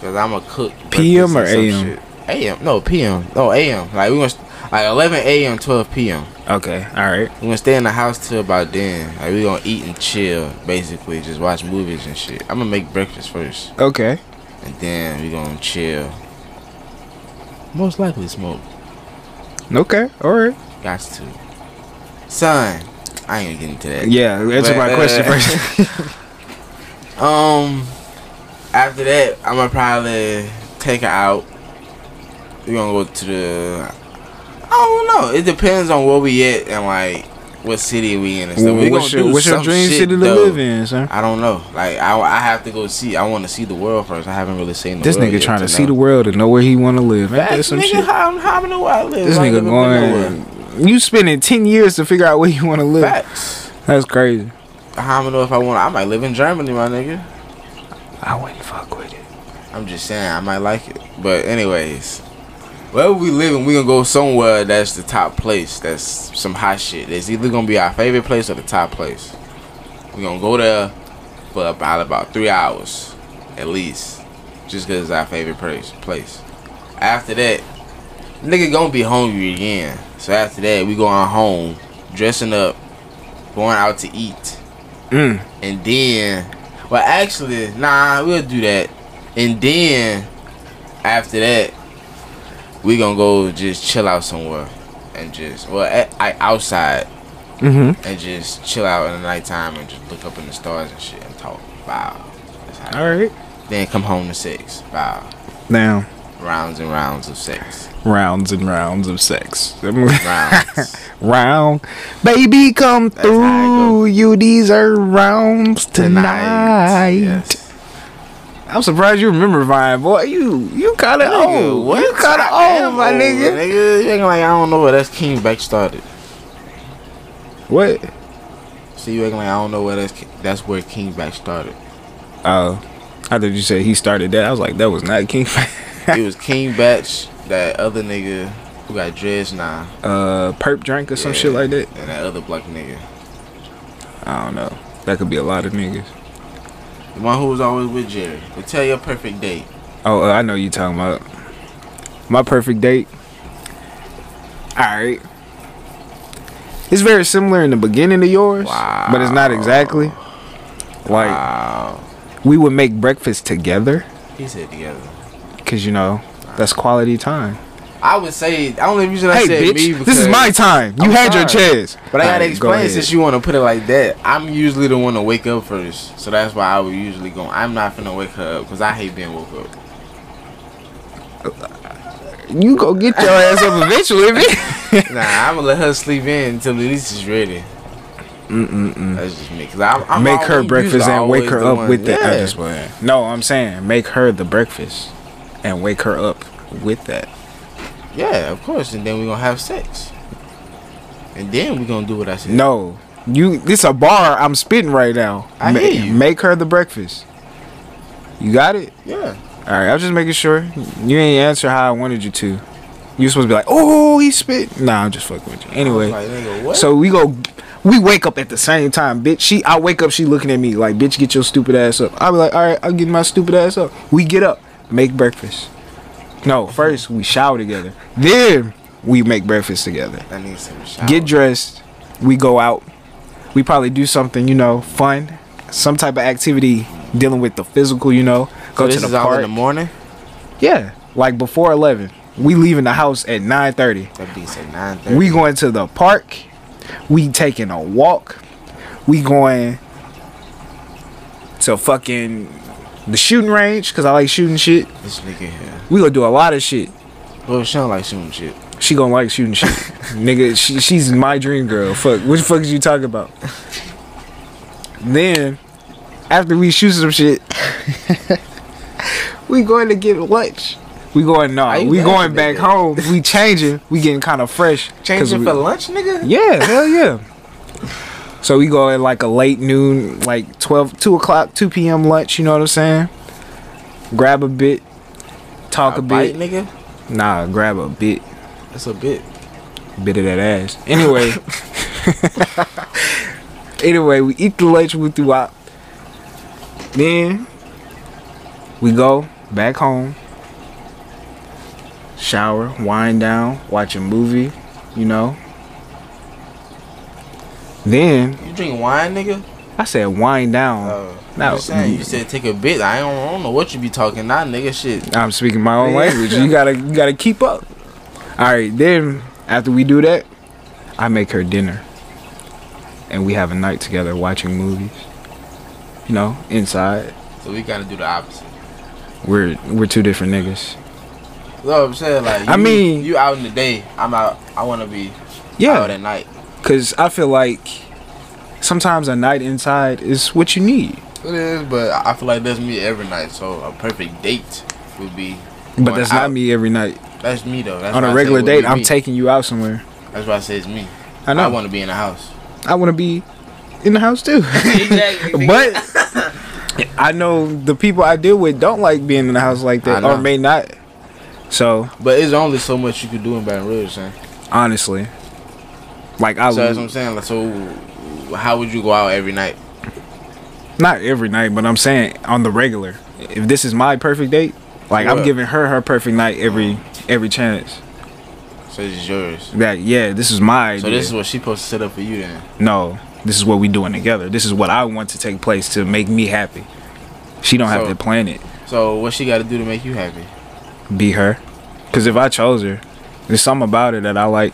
Speaker 2: Cause I'm a cook. breakfast
Speaker 1: PM or
Speaker 2: and some
Speaker 1: AM?
Speaker 2: shit. AM. No, PM. No, AM. Like, we're gonna. st- Like 11 AM, 12 PM.
Speaker 1: Okay, all right.
Speaker 2: We're gonna stay in the house till about then. Like, we're gonna eat and chill, basically. Just watch movies and shit. I'm gonna make breakfast first.
Speaker 1: Okay.
Speaker 2: and then we gonna chill. Most likely smoke.
Speaker 1: Okay. All right.
Speaker 2: Got to. Son, I ain't gonna get into that.
Speaker 1: Yeah, answer my
Speaker 2: But, uh,
Speaker 1: question
Speaker 2: [LAUGHS]
Speaker 1: first.
Speaker 2: Um, after that, I'm gonna probably take her out. We gonna go to the. I don't know. It depends on where we at and like what city we in and stuff. We
Speaker 1: what's
Speaker 2: gonna
Speaker 1: your,
Speaker 2: do
Speaker 1: what's your
Speaker 2: some
Speaker 1: dream
Speaker 2: shit,
Speaker 1: city to
Speaker 2: though.
Speaker 1: live in, son?
Speaker 2: I don't know. Like I, I have to go see. I want to see the world first. I haven't really seen the
Speaker 1: This
Speaker 2: world
Speaker 1: nigga
Speaker 2: yet
Speaker 1: trying to see
Speaker 2: know.
Speaker 1: the world and know where he want to live. Ain't that
Speaker 2: Facts,
Speaker 1: some
Speaker 2: nigga,
Speaker 1: shit?
Speaker 2: How, how I know where I live.
Speaker 1: This
Speaker 2: I
Speaker 1: nigga
Speaker 2: live in
Speaker 1: going.
Speaker 2: Nowhere.
Speaker 1: You spending ten years to figure out where you want to live.
Speaker 2: Facts.
Speaker 1: That's crazy.
Speaker 2: How I know if I want? I might live in Germany, my nigga.
Speaker 1: I wouldn't fuck with it.
Speaker 2: I'm just saying, I might like it. But anyways, wherever we living, we gonna go somewhere that's the top place. That's some hot shit. That's either gonna be our favorite place or the top place. We gonna go there for about about three hours, at least, just cause it's our favorite place. Place. After that, nigga gonna be hungry again. So after that, we going home, dressing up, going out to eat.
Speaker 1: Mm.
Speaker 2: And then, well, actually, nah, we'll do that. And then, after that, we gonna go just chill out somewhere, and just well, at, I, outside
Speaker 1: Mm-hmm.
Speaker 2: and just chill out in the nighttime and just look up in the stars and shit and talk. Wow. That's how-
Speaker 1: All right.
Speaker 2: Then come home to sex. Wow.
Speaker 1: Now
Speaker 2: Rounds and rounds of sex.
Speaker 1: rounds and rounds of sex. [LAUGHS]
Speaker 2: Rounds.
Speaker 1: round, baby, come
Speaker 2: how it go.
Speaker 1: through. You deserve rounds
Speaker 2: Tonight.
Speaker 1: tonight.
Speaker 2: Yes.
Speaker 1: I'm surprised you remember Vine, boy. You you kind of old. Oh, You kind of
Speaker 2: I am
Speaker 1: old, my
Speaker 2: old,
Speaker 1: nigga.
Speaker 2: nigga. You acting like I don't know where that's King back started.
Speaker 1: What?
Speaker 2: See, you acting like I don't know where that's Ki- that's where King back
Speaker 1: [LAUGHS]
Speaker 2: started.
Speaker 1: Oh, how did you say he started that? I was like, that was not King.
Speaker 2: it was King Batch, that other nigga who got dreads now,
Speaker 1: [LAUGHS] uh, perp drink or some
Speaker 2: Yeah.
Speaker 1: shit like that.
Speaker 2: and that other black nigga.
Speaker 1: I don't know. That could be a lot of niggas.
Speaker 2: The one who was always with Jerry. But tell your perfect date.
Speaker 1: Oh, uh, I know you talking about my perfect date. All right. It's very similar in the beginning to yours, but it's not exactly. Like
Speaker 2: Wow.
Speaker 1: we would make breakfast together
Speaker 2: He said together.
Speaker 1: because you know that's quality time.
Speaker 2: I would say, I only reason I
Speaker 1: Hey,
Speaker 2: said
Speaker 1: bitch,
Speaker 2: me
Speaker 1: this is
Speaker 2: because-
Speaker 1: my time. You
Speaker 2: I'm
Speaker 1: had your
Speaker 2: sorry.
Speaker 1: chance,
Speaker 2: But I gotta
Speaker 1: Alright, go
Speaker 2: explain
Speaker 1: ahead.
Speaker 2: since you want to put it like that. I'm usually the one to wake up first, so that's why I would usually go. I'm not finna wake her up because I hate being woke up.
Speaker 1: You go get your ass up eventually. bitch.
Speaker 2: nah, I'm gonna let her sleep in until the least is ready. Mm-mm-mm. That's just me. Cause [LAUGHS] I'm, I'm
Speaker 1: make her
Speaker 2: always-
Speaker 1: breakfast
Speaker 2: usually
Speaker 1: and wake
Speaker 2: always
Speaker 1: her
Speaker 2: the
Speaker 1: up
Speaker 2: one-
Speaker 1: with that.
Speaker 2: Yeah.
Speaker 1: I'm just playing. No, I'm saying make her the breakfast and wake her up with that.
Speaker 2: Yeah, of course. And then we're gonna have sex. And then we're gonna do what I said.
Speaker 1: No, you. This a bar. I'm spitting right now.
Speaker 2: I
Speaker 1: Ma-
Speaker 2: hear you.
Speaker 1: Make her the breakfast. You got it.
Speaker 2: Yeah.
Speaker 1: All right. I was just making sure you ain't answer how I wanted you to. You supposed to be like, oh, he spit. Nah, I'm just fucking with you. Anyway,
Speaker 2: Like, nigga, what?
Speaker 1: so we go. We wake up at the same time, bitch. She, I wake up. She looking at me like, bitch, get your stupid ass up. I be like, all right, I'll get my stupid ass up. We get up, make breakfast. No, first we shower together. Then we make breakfast together
Speaker 2: I need some shower.
Speaker 1: get dressed we go out we probably do something you know fun some type of activity dealing with the physical you know
Speaker 2: So
Speaker 1: go
Speaker 2: this
Speaker 1: to
Speaker 2: is
Speaker 1: the
Speaker 2: all in
Speaker 1: park
Speaker 2: the morning.
Speaker 1: yeah like before 11 we leaving the house at 9:30.
Speaker 2: That beats at nine thirty.
Speaker 1: we going to the park we taking a walk we going to fucking the shooting range because i like shooting shit
Speaker 2: this nigga here.
Speaker 1: we gonna do a lot of shit
Speaker 2: Well, she don't like shooting shit.
Speaker 1: she gonna like shooting
Speaker 2: [LAUGHS]
Speaker 1: shit nigga she, she's my dream girl fuck what the fuck is you talking about then after we shoot some shit we going to get lunch we going no
Speaker 2: Why you
Speaker 1: we going
Speaker 2: laughing at
Speaker 1: back
Speaker 2: that?
Speaker 1: home we changing we getting kind of fresh 'cause
Speaker 2: Changing
Speaker 1: we-
Speaker 2: for lunch, nigga.
Speaker 1: yeah hell yeah so we go at like a late noon like 12 2 o'clock 2 p.m lunch you know what i'm saying grab a bit talk a,
Speaker 2: a bite,
Speaker 1: bit
Speaker 2: nigga.
Speaker 1: nah grab a bit
Speaker 2: That's a bit.
Speaker 1: bit of that ass. Anyway, anyway, we eat the lunch we threw out. Then we go back home, shower, wind down, watch a movie, you know. Then
Speaker 2: You drink wine, nigga.
Speaker 1: I said wind down.
Speaker 2: Oh,
Speaker 1: No.
Speaker 2: no. Saying, you said take a bit. I don't, I don't know what you be talking now, nigga. Shit.
Speaker 1: I'm speaking my own
Speaker 2: Yeah.
Speaker 1: language. You gotta you gotta keep up. All right, then after we do that, I make her dinner, and we have a night together watching movies. You know, inside
Speaker 2: So we gotta do the opposite.
Speaker 1: we're we're two different niggas.
Speaker 2: You know what I'm saying? Like,
Speaker 1: I
Speaker 2: you-
Speaker 1: mean-
Speaker 2: you out in the day. I'm out. I wanna be out
Speaker 1: Yeah,
Speaker 2: at night.
Speaker 1: Cause I feel like sometimes a night inside is what you need.
Speaker 2: It is, but I feel like that's me every night. So a perfect date would be.
Speaker 1: But
Speaker 2: going
Speaker 1: that's not
Speaker 2: out.
Speaker 1: me every night.
Speaker 2: That's me though. That's
Speaker 1: On
Speaker 2: why I
Speaker 1: a
Speaker 2: say
Speaker 1: regular
Speaker 2: it would be
Speaker 1: date, I'm
Speaker 2: me.
Speaker 1: taking you out somewhere.
Speaker 2: That's why I say it's me.
Speaker 1: I know.
Speaker 2: I
Speaker 1: I
Speaker 2: want to be in the house.
Speaker 1: want to be in the house
Speaker 2: [LAUGHS]
Speaker 1: too. [LAUGHS]
Speaker 2: Exactly.
Speaker 1: but [LAUGHS] I know the people I deal with don't like being in the house like that,
Speaker 2: I know.
Speaker 1: or may not. So
Speaker 2: But it's only so much you can do in Baton Rouge, son.
Speaker 1: honestly, like I
Speaker 2: So that's what
Speaker 1: would
Speaker 2: I'm saying. Like, so how would you go out every night?
Speaker 1: not every night, but I'm saying on the regular. If this is my perfect date, like I'm
Speaker 2: Yeah.
Speaker 1: giving her her perfect night every every chance.
Speaker 2: So this is yours.
Speaker 1: That yeah, this is my
Speaker 2: So
Speaker 1: idea.
Speaker 2: this is what she supposed to set up for you then.
Speaker 1: no, this is what we doing together. This is what I want to take place to make me happy. She don't have
Speaker 2: So-
Speaker 1: to plan it.
Speaker 2: So what she got to do to make you happy?
Speaker 1: Be her, because if I chose her, there's something about her that I like.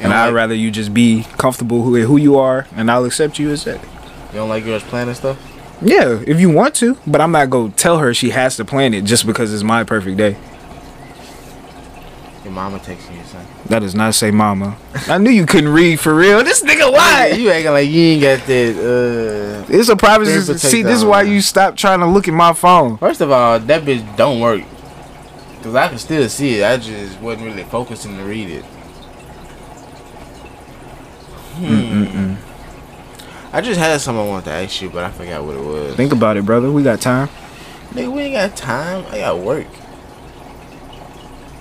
Speaker 1: And I'd
Speaker 2: like,
Speaker 1: rather you just be comfortable who who you are, and I'll accept you as that.
Speaker 2: you don't like girls playing and stuff.
Speaker 1: Yeah, if you want to, but I'm not gonna tell her she has to plan it just because it's my perfect day.
Speaker 2: Your mama texting you, son.
Speaker 1: That does not say mama. I knew you couldn't read for real. This nigga, why?
Speaker 2: You acting like you ain't got that. Uh,
Speaker 1: It's a privacy.
Speaker 2: Please protect
Speaker 1: See, this is
Speaker 2: that
Speaker 1: why
Speaker 2: one.
Speaker 1: you stop trying to look at my phone.
Speaker 2: first of all, that bitch don't work. Cause I can still see it. I just wasn't really focusing to read it. Hmm. I just had something I wanted to ask you, but I forgot what it was.
Speaker 1: Think about it, brother. We got time,
Speaker 2: Nigga, we ain't got time. I got work.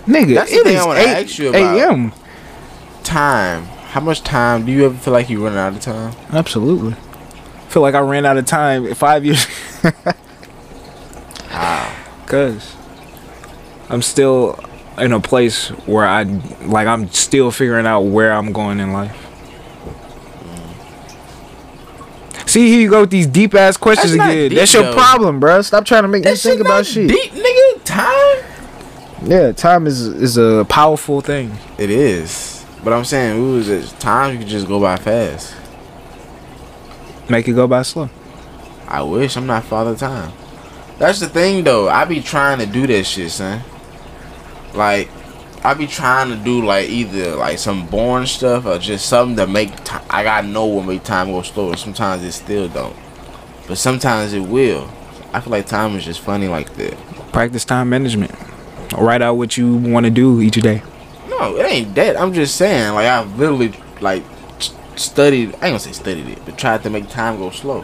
Speaker 1: nigga.
Speaker 2: That's the
Speaker 1: it
Speaker 2: thing I
Speaker 1: is
Speaker 2: wanna ask you
Speaker 1: eight
Speaker 2: about.
Speaker 1: a.m.
Speaker 2: Time. How much time do you ever feel like you running out of time?
Speaker 1: Absolutely. Feel like I ran out of time five
Speaker 2: [LAUGHS]
Speaker 1: years.
Speaker 2: Wow.
Speaker 1: Cause I'm still in a place where I like I'm still figuring out where I'm going in life. See, here you go with these deep ass questions
Speaker 2: Mm. That's not
Speaker 1: again.
Speaker 2: deep,
Speaker 1: That's your
Speaker 2: though.
Speaker 1: problem, bruh. Stop trying to make me think about shit.
Speaker 2: Deep nigga, time.
Speaker 1: Yeah, time is is a powerful thing.
Speaker 2: It is. But I'm saying, we was just time you could just go by fast.
Speaker 1: Make it go by slow.
Speaker 2: I wish I'm not father time. That's the thing though. I be trying to do that shit, son. Like, I be trying to do like either like some boring stuff or just something to make time. I gotta know what make time go slower. Sometimes it still don't, but sometimes it will. I feel like time is just funny like that.
Speaker 1: Practice time management. Write out what you want to do each day.
Speaker 2: No, it ain't that. I'm just saying, like I literally like st- studied. I ain't gonna say studied it, but tried to make time go slow.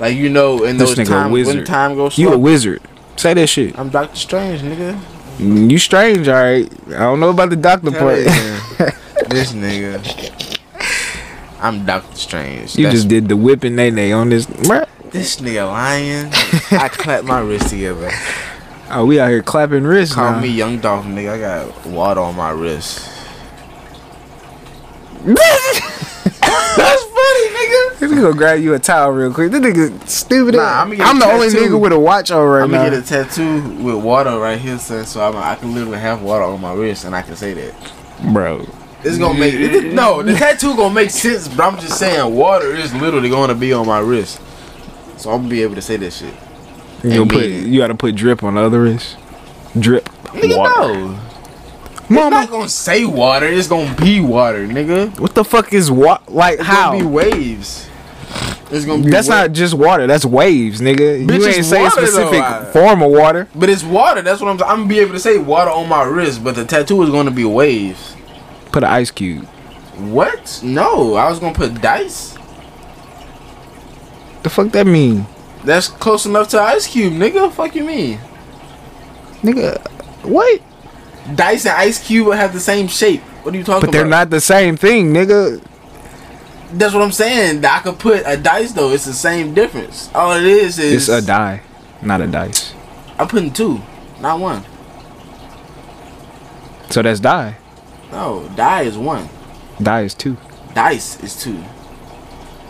Speaker 2: Like you know, in
Speaker 1: This
Speaker 2: those
Speaker 1: nigga a
Speaker 2: times when
Speaker 1: wizard.
Speaker 2: time goes
Speaker 1: You a
Speaker 2: slow,
Speaker 1: wizard. Say that shit.
Speaker 2: I'm Doctor Strange, nigga.
Speaker 1: You strange, all right. I don't know about the doctor
Speaker 2: Hell
Speaker 1: part.
Speaker 2: yeah. this nigga. I'm Doctor Strange.
Speaker 1: [LAUGHS] You
Speaker 2: That's-
Speaker 1: just did the whipping nay nay on this. Bruh.
Speaker 2: this nigga lying. I clap my wrist together.
Speaker 1: Oh, we out here clapping wrists.
Speaker 2: Call
Speaker 1: now. [LAUGHS]
Speaker 2: me Young Dolph, nigga. I got water on my wrist. That's funny, nigga.
Speaker 1: This nigga gonna grab you a towel real quick. This nigga stupid.
Speaker 2: Nah,
Speaker 1: ass.
Speaker 2: I'ma get a
Speaker 1: I'm the only
Speaker 2: tattoo.
Speaker 1: nigga with a watch on right
Speaker 2: I'm
Speaker 1: now.
Speaker 2: gonna get a tattoo with water right here, son. So I'm, I can literally have water on my wrist, and I can say that.
Speaker 1: Bro,
Speaker 2: It's gonna make it, no. The tattoo gonna make sense, but I'm just saying water is literally gonna be on my wrist, so I'm gonna be able to say that shit.
Speaker 1: you gonna
Speaker 2: And
Speaker 1: put
Speaker 2: me.
Speaker 1: you gotta put drip on the other wrist. Drip.
Speaker 2: Nigga,
Speaker 1: water.
Speaker 2: no. I'm
Speaker 1: Mama,
Speaker 2: not gonna say water. It's gonna be water, nigga.
Speaker 1: what the fuck is water? Like
Speaker 2: It's
Speaker 1: how?
Speaker 2: gonna be waves. It's gonna be.
Speaker 1: That's
Speaker 2: wa-
Speaker 1: not just water. That's waves, nigga.
Speaker 2: Bitch,
Speaker 1: you
Speaker 2: it's
Speaker 1: ain't say a
Speaker 2: water, though.
Speaker 1: specific
Speaker 2: I-
Speaker 1: form of water.
Speaker 2: But it's water. That's what I'm. I'm gonna be able to say water on my wrist, but the tattoo is gonna be waves.
Speaker 1: Put an ice cube.
Speaker 2: What? No, I was gonna put dice.
Speaker 1: The fuck that mean,
Speaker 2: That's close enough to ice cube, nigga. Fuck you mean?
Speaker 1: nigga? What?
Speaker 2: Dice and ice cube will have the same shape. What are you talking
Speaker 1: But they're
Speaker 2: about?
Speaker 1: not the same thing, nigga.
Speaker 2: not. That's what I'm saying. I could put a dice though. It's the same difference. All it is
Speaker 1: It's
Speaker 2: is
Speaker 1: a die, not a dice.
Speaker 2: I'm putting two, not one.
Speaker 1: So that's die.
Speaker 2: No, die is one.
Speaker 1: Die is two.
Speaker 2: Dice is two.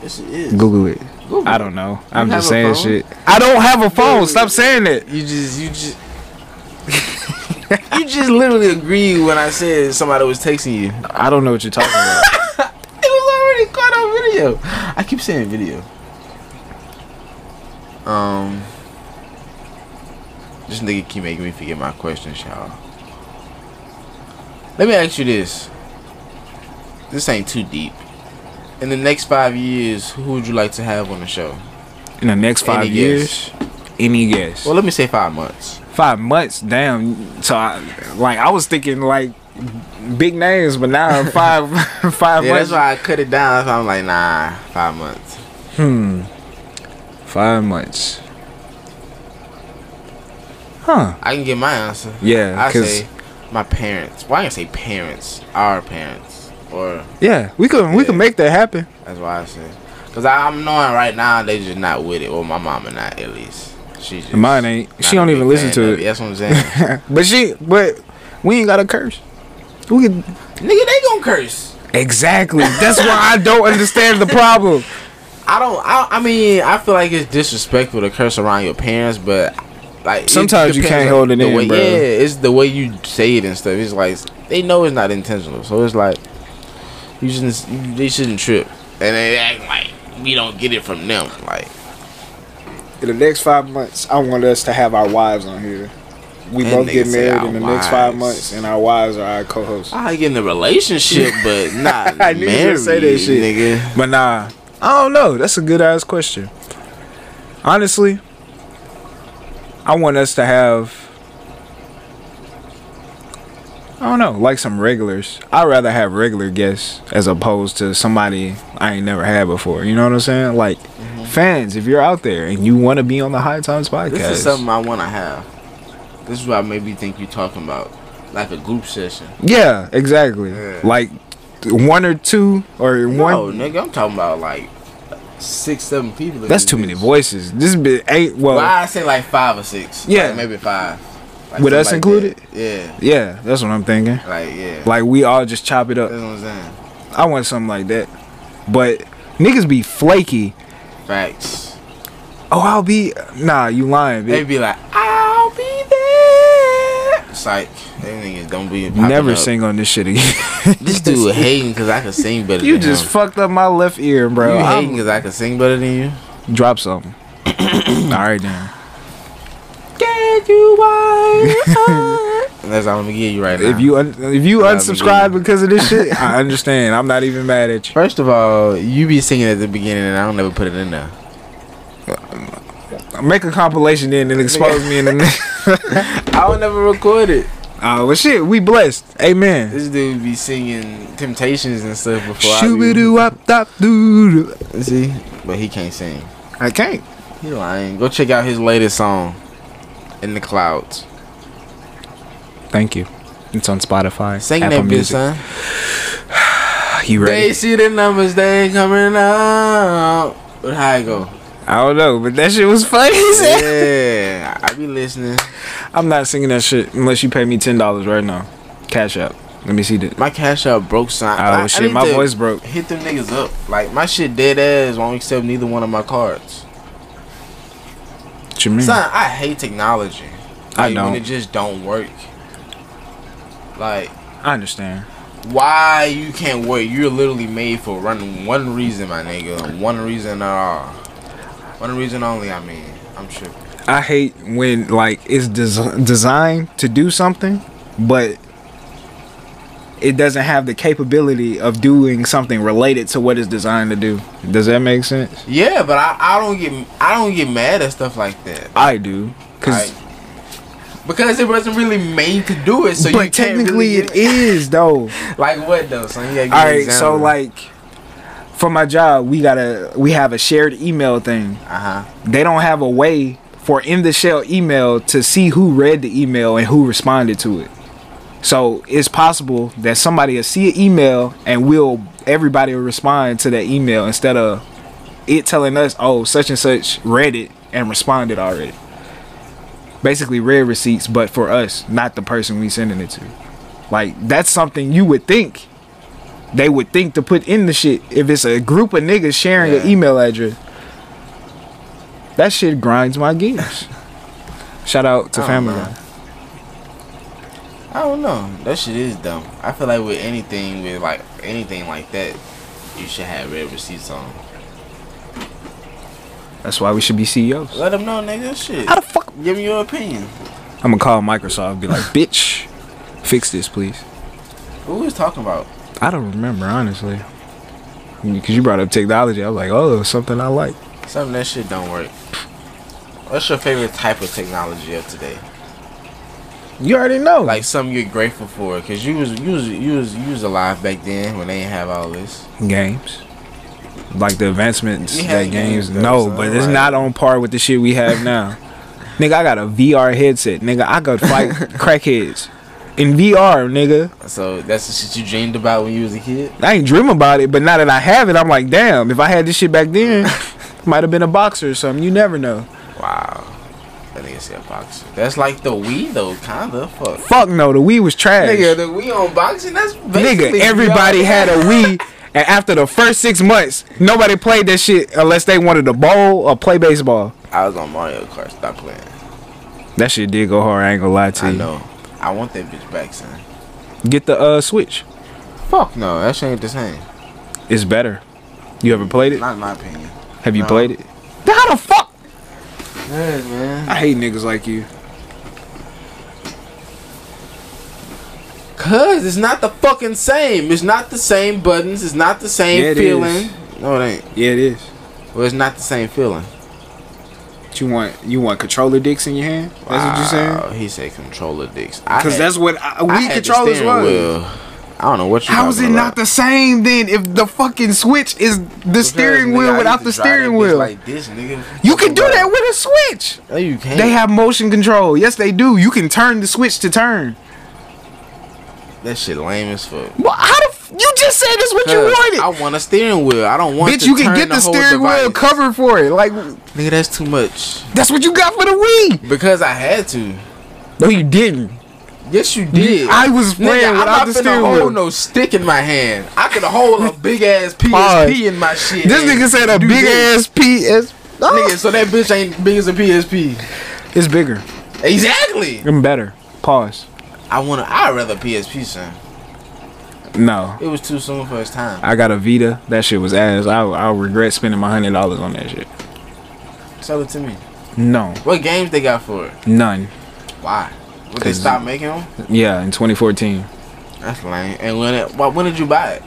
Speaker 2: Yes, it is.
Speaker 1: Google it.
Speaker 2: Google
Speaker 1: I
Speaker 2: it.
Speaker 1: don't know. I'm
Speaker 2: have
Speaker 1: just
Speaker 2: a
Speaker 1: saying
Speaker 2: phone?
Speaker 1: shit. I don't have a phone.
Speaker 2: Dude.
Speaker 1: Stop saying it.
Speaker 2: You just you just [LAUGHS] You just literally agreed when I said somebody was texting you. It
Speaker 1: I don't know what you're talking about.
Speaker 2: was already caught on video. I keep saying video. Um This nigga keep making me forget my questions, y'all. Let me ask you this. This ain't too deep. In the next five years, who would you like to have on the show?
Speaker 1: In the next five
Speaker 2: Any
Speaker 1: years,
Speaker 2: guess?
Speaker 1: any guess?
Speaker 2: Well, let me say five months.
Speaker 1: five months, damn. So I, like, I was thinking like big names, but [LAUGHS] now five, five
Speaker 2: Yeah, that's
Speaker 1: months.
Speaker 2: why I cut it down. So I'm like, nah, five months.
Speaker 1: Hmm. Five months. Huh?
Speaker 2: I can get my answer.
Speaker 1: Yeah.
Speaker 2: I
Speaker 1: 'cause-
Speaker 2: say my parents. Why well, I can say parents? Our parents, or
Speaker 1: yeah, we could we could
Speaker 2: Yeah.
Speaker 1: make that happen. [LAUGHS]
Speaker 2: that's why I say. Cause I, I'm knowing right now they just not with it. Well, my mama not at least. She just
Speaker 1: Mine ain't.
Speaker 2: not
Speaker 1: She
Speaker 2: a
Speaker 1: don't
Speaker 2: big
Speaker 1: even listen
Speaker 2: fan
Speaker 1: to
Speaker 2: of
Speaker 1: it.
Speaker 2: That's what I'm
Speaker 1: [LAUGHS]
Speaker 2: saying.
Speaker 1: but she, but we ain't got a curse. We could
Speaker 2: Nigga, they gonna curse.
Speaker 1: exactly. That's why I don't understand the problem.
Speaker 2: I don't. I, I mean, I feel like it's disrespectful to curse around your parents, but like it
Speaker 1: Sometimes you
Speaker 2: depends
Speaker 1: can't
Speaker 2: on
Speaker 1: hold it
Speaker 2: the
Speaker 1: in,
Speaker 2: way-
Speaker 1: bro.
Speaker 2: Yeah, it's the way you say it and stuff. It's like they know it's not intentional, so it's like you shouldn't. you- They shouldn't trip, and they act like we don't get it from them. Like
Speaker 1: In the next five months, I want us to have our wives on here. We
Speaker 2: And
Speaker 1: both
Speaker 2: nigga
Speaker 1: get
Speaker 2: say
Speaker 1: married
Speaker 2: our
Speaker 1: in the next five
Speaker 2: wives.
Speaker 1: months, and our wives are our co-hosts.
Speaker 2: I get in a relationship,
Speaker 1: [LAUGHS]
Speaker 2: but not
Speaker 1: I knew you
Speaker 2: married,
Speaker 1: was gonna say that shit.
Speaker 2: nigga.
Speaker 1: But nah, I don't know. That's a good ass question. Honestly, I want us to have. I don't know, like some regulars. I'd rather have regular guests as opposed to somebody I ain't never had before. You know what I'm saying? Like, fans, if you're out there and you want to be on the High Times podcast,
Speaker 2: Mm-hmm. This is something I want to have. This is what I maybe think you talking about, like a group session.
Speaker 1: yeah, exactly.
Speaker 2: Yeah.
Speaker 1: Like one or two or
Speaker 2: No,
Speaker 1: one.
Speaker 2: nigga, I'm talking about like six, seven people. in
Speaker 1: That's
Speaker 2: this
Speaker 1: too many
Speaker 2: bitch.
Speaker 1: voices. This bit eight. Well,
Speaker 2: Well, I say like five or six.
Speaker 1: Yeah.
Speaker 2: Like, maybe five. Like,
Speaker 1: With us
Speaker 2: something like
Speaker 1: included?
Speaker 2: that. Yeah,
Speaker 1: yeah, that's what I'm thinking.
Speaker 2: like yeah.
Speaker 1: Like we all just chop it
Speaker 2: That's
Speaker 1: up.
Speaker 2: what I'm saying.
Speaker 1: I want something like that. But niggas be flaky.
Speaker 2: Facts.
Speaker 1: Oh, I'll be nah. You lying,
Speaker 2: They
Speaker 1: bitch.
Speaker 2: be like, I'll be there. It's like them niggas don't be popping
Speaker 1: Never
Speaker 2: up.
Speaker 1: sing on this shit
Speaker 2: [LAUGHS]
Speaker 1: again. [LAUGHS]
Speaker 2: This dude hating because I can sing better.
Speaker 1: you
Speaker 2: than
Speaker 1: just
Speaker 2: him.
Speaker 1: fucked up my left ear, bro.
Speaker 2: you
Speaker 1: I'm-
Speaker 2: hating because I can sing better than you.
Speaker 1: drop
Speaker 2: [CLEARS THROAT]
Speaker 1: something. all right then.
Speaker 2: Get you why? [LAUGHS] That's all I'm gonna give you right now.
Speaker 1: If you un- if you
Speaker 2: Nah,
Speaker 1: unsubscribe
Speaker 2: nigga.
Speaker 1: because of this shit,
Speaker 2: [LAUGHS]
Speaker 1: I understand. I'm not even mad at you.
Speaker 2: First of all, you be singing at the beginning and I don't ever put it in there.
Speaker 1: Make a compilation then and expose me in the
Speaker 2: [LAUGHS]
Speaker 1: next.
Speaker 2: I would never record it.
Speaker 1: Oh well, shit. We blessed. Amen. [LAUGHS]
Speaker 2: This dude be singing Temptations and stuff before I be.
Speaker 1: Shoo up dop doo.
Speaker 2: See, but he can't sing.
Speaker 1: I can't.
Speaker 2: He lying. Go check out his latest song, "In the Clouds."
Speaker 1: Thank you. It's on Spotify.
Speaker 2: Sing
Speaker 1: Apple
Speaker 2: that bitch,
Speaker 1: Music.
Speaker 2: son.
Speaker 1: You ready?
Speaker 2: They see the numbers, they ain't coming out. But how it go?
Speaker 1: I don't know, but that shit was funny.
Speaker 2: yeah, I be listening.
Speaker 1: I'm not singing that shit unless you pay me ten dollars right now. Cash app. Let me see that.
Speaker 2: My cash out broke sign.
Speaker 1: Oh
Speaker 2: I- I
Speaker 1: shit,
Speaker 2: need
Speaker 1: my
Speaker 2: to
Speaker 1: voice broke.
Speaker 2: Hit them niggas up. Like my shit dead ass won't accept neither one of my cards.
Speaker 1: What you mean?
Speaker 2: Son, I hate technology.
Speaker 1: Mm. I
Speaker 2: Like,
Speaker 1: don't.
Speaker 2: When it just don't work. Like.
Speaker 1: I understand.
Speaker 2: why you can't work. You're literally made for running one reason, my nigga. One reason at all. One reason only. I mean, I'm tripping.
Speaker 1: I hate when like it's des- designed to do something, but it doesn't have the capability of doing something related to what it's designed to do. Does that make sense?
Speaker 2: Yeah, but I, I don't get I don't get mad at stuff like that.
Speaker 1: I do. Cause,
Speaker 2: Like, because it wasn't really made to do it. So you
Speaker 1: but
Speaker 2: can't really
Speaker 1: technically
Speaker 2: get
Speaker 1: it is though.
Speaker 2: Like what though? So you gotta give
Speaker 1: All
Speaker 2: me an
Speaker 1: right, so
Speaker 2: example.
Speaker 1: like for my job, we gotta we have a shared email thing.
Speaker 2: uh huh.
Speaker 1: They don't have a way for in the shell email to see who read the email and who responded to it. So it's possible that somebody will see an email and will everybody will respond to that email instead of it telling us, oh, such and such read it and responded already. Basically, read receipts, but for us, not the person we sending it to. Like that's something you would think they would think to put in the shit if it's a group of niggas sharing an
Speaker 2: Yeah.
Speaker 1: email address. That shit grinds my gears. Shout out to
Speaker 2: I don't
Speaker 1: Family
Speaker 2: know.
Speaker 1: Guy.
Speaker 2: I don't know. That shit is dumb. I feel like with anything with like anything like that, you should have red receipts on.
Speaker 1: That's why we should be E CEOs.
Speaker 2: Let them know, nigga. Shit.
Speaker 1: How the fuck?
Speaker 2: Give me your opinion.
Speaker 1: I'm gonna call Microsoft and be like, bitch, fix this, please.
Speaker 2: Who was talking about?
Speaker 1: I don't remember honestly. Because you brought up technology. I was like, oh, something I like.
Speaker 2: Something that shit don't work. What's your favorite type of technology of today?
Speaker 1: You already know.
Speaker 2: Like something you're grateful for, cause you was you was you was you was alive back then when they didn't have all this.
Speaker 1: games. Like the advancements
Speaker 2: You
Speaker 1: that
Speaker 2: had
Speaker 1: games.
Speaker 2: games, though,
Speaker 1: no,
Speaker 2: son,
Speaker 1: but it's
Speaker 2: like-
Speaker 1: not on par with the shit we have now. [LAUGHS] nigga, I got a VR headset. Nigga, I could
Speaker 2: [LAUGHS]
Speaker 1: fight crackheads in VR, nigga.
Speaker 2: So that's the shit you dreamed about when you was a kid.
Speaker 1: I ain't dream about it, but now that I have it, I'm like, damn. If I had this shit back then, [LAUGHS] might have been a boxer or something. You never know.
Speaker 2: Wow. That nigga said boxing. That's like the Wii though, kinda. Fuck.
Speaker 1: Fuck no, the Wii was trash.
Speaker 2: Nigga, the Wii on boxing. That's
Speaker 1: Nigga,
Speaker 2: basically
Speaker 1: everybody
Speaker 2: VR.
Speaker 1: had [LAUGHS] a Wii, and after the first six months, nobody played that shit unless they wanted to bowl or play baseball.
Speaker 2: I was on Mario Kart. Stop playing.
Speaker 1: That shit did go hard. I ain't gonna lie to
Speaker 2: I
Speaker 1: you.
Speaker 2: know. I want that bitch back, son.
Speaker 1: Get the uh Switch.
Speaker 2: Fuck no, that shit ain't the same.
Speaker 1: It's better. You ever played it?
Speaker 2: Not in my opinion.
Speaker 1: Have you
Speaker 2: no.
Speaker 1: played it? How the fuck?
Speaker 2: Hey man.
Speaker 1: I hate niggas like you.
Speaker 2: Cause it's not the fucking same. It's not the same buttons. It's not the same
Speaker 1: Yeah, it
Speaker 2: feeling.
Speaker 1: is.
Speaker 2: No, it ain't.
Speaker 1: Yeah, it is.
Speaker 2: Well, it's not the same feeling.
Speaker 1: But you want you want controller dicks in your hand? That's what you saying?
Speaker 2: Wow, Oh, He said controller dicks.
Speaker 1: Because that's what I, Wii controllers
Speaker 2: was.
Speaker 1: was.
Speaker 2: I don't know what you.
Speaker 1: How is it not the same then? If the fucking Switch is the steering wheel without the steering wheel,
Speaker 2: Like this, nigga.
Speaker 1: you can do that with a Switch.
Speaker 2: No, you can't.
Speaker 1: They have motion control. Yes, they do. You can turn the switch to turn.
Speaker 2: that shit lame as fuck.
Speaker 1: Well, how the f- you just said that's what you
Speaker 2: Cuz
Speaker 1: wanted,
Speaker 2: I want a steering wheel. I don't want.
Speaker 1: bitch?
Speaker 2: to
Speaker 1: You can
Speaker 2: turn
Speaker 1: get the,
Speaker 2: whole
Speaker 1: steering wheel
Speaker 2: device.
Speaker 1: cover for it. Like
Speaker 2: Nigga, that's too much.
Speaker 1: that's what you got for the Wii.
Speaker 2: Because I had to.
Speaker 1: No, you didn't.
Speaker 2: Yes, you did.
Speaker 1: I was playing
Speaker 2: Nigga, I'm
Speaker 1: without
Speaker 2: not
Speaker 1: the
Speaker 2: finna
Speaker 1: steering wheel.
Speaker 2: hold no stick in my hand. I could hold a big ass PSP
Speaker 1: Pause.
Speaker 2: in my shit.
Speaker 1: This
Speaker 2: and
Speaker 1: nigga said a
Speaker 2: do
Speaker 1: big ass
Speaker 2: this.
Speaker 1: PS. Oh.
Speaker 2: Nigga, so that bitch ain't big as a PSP.
Speaker 1: It's bigger.
Speaker 2: Exactly.
Speaker 1: I'm better. Pause.
Speaker 2: I wanna. I'd rather PSP, son.
Speaker 1: No,
Speaker 2: It was too soon for its time.
Speaker 1: I got a Vita. That shit was ass. I I regret spending my hundred dollars on that shit.
Speaker 2: Sell it to me.
Speaker 1: No,
Speaker 2: What games they got for it?
Speaker 1: none.
Speaker 2: Why? Would they
Speaker 1: Cause-
Speaker 2: stop making them?
Speaker 1: Yeah, in 2014.
Speaker 2: That's lame. And when it, why, when did you buy it?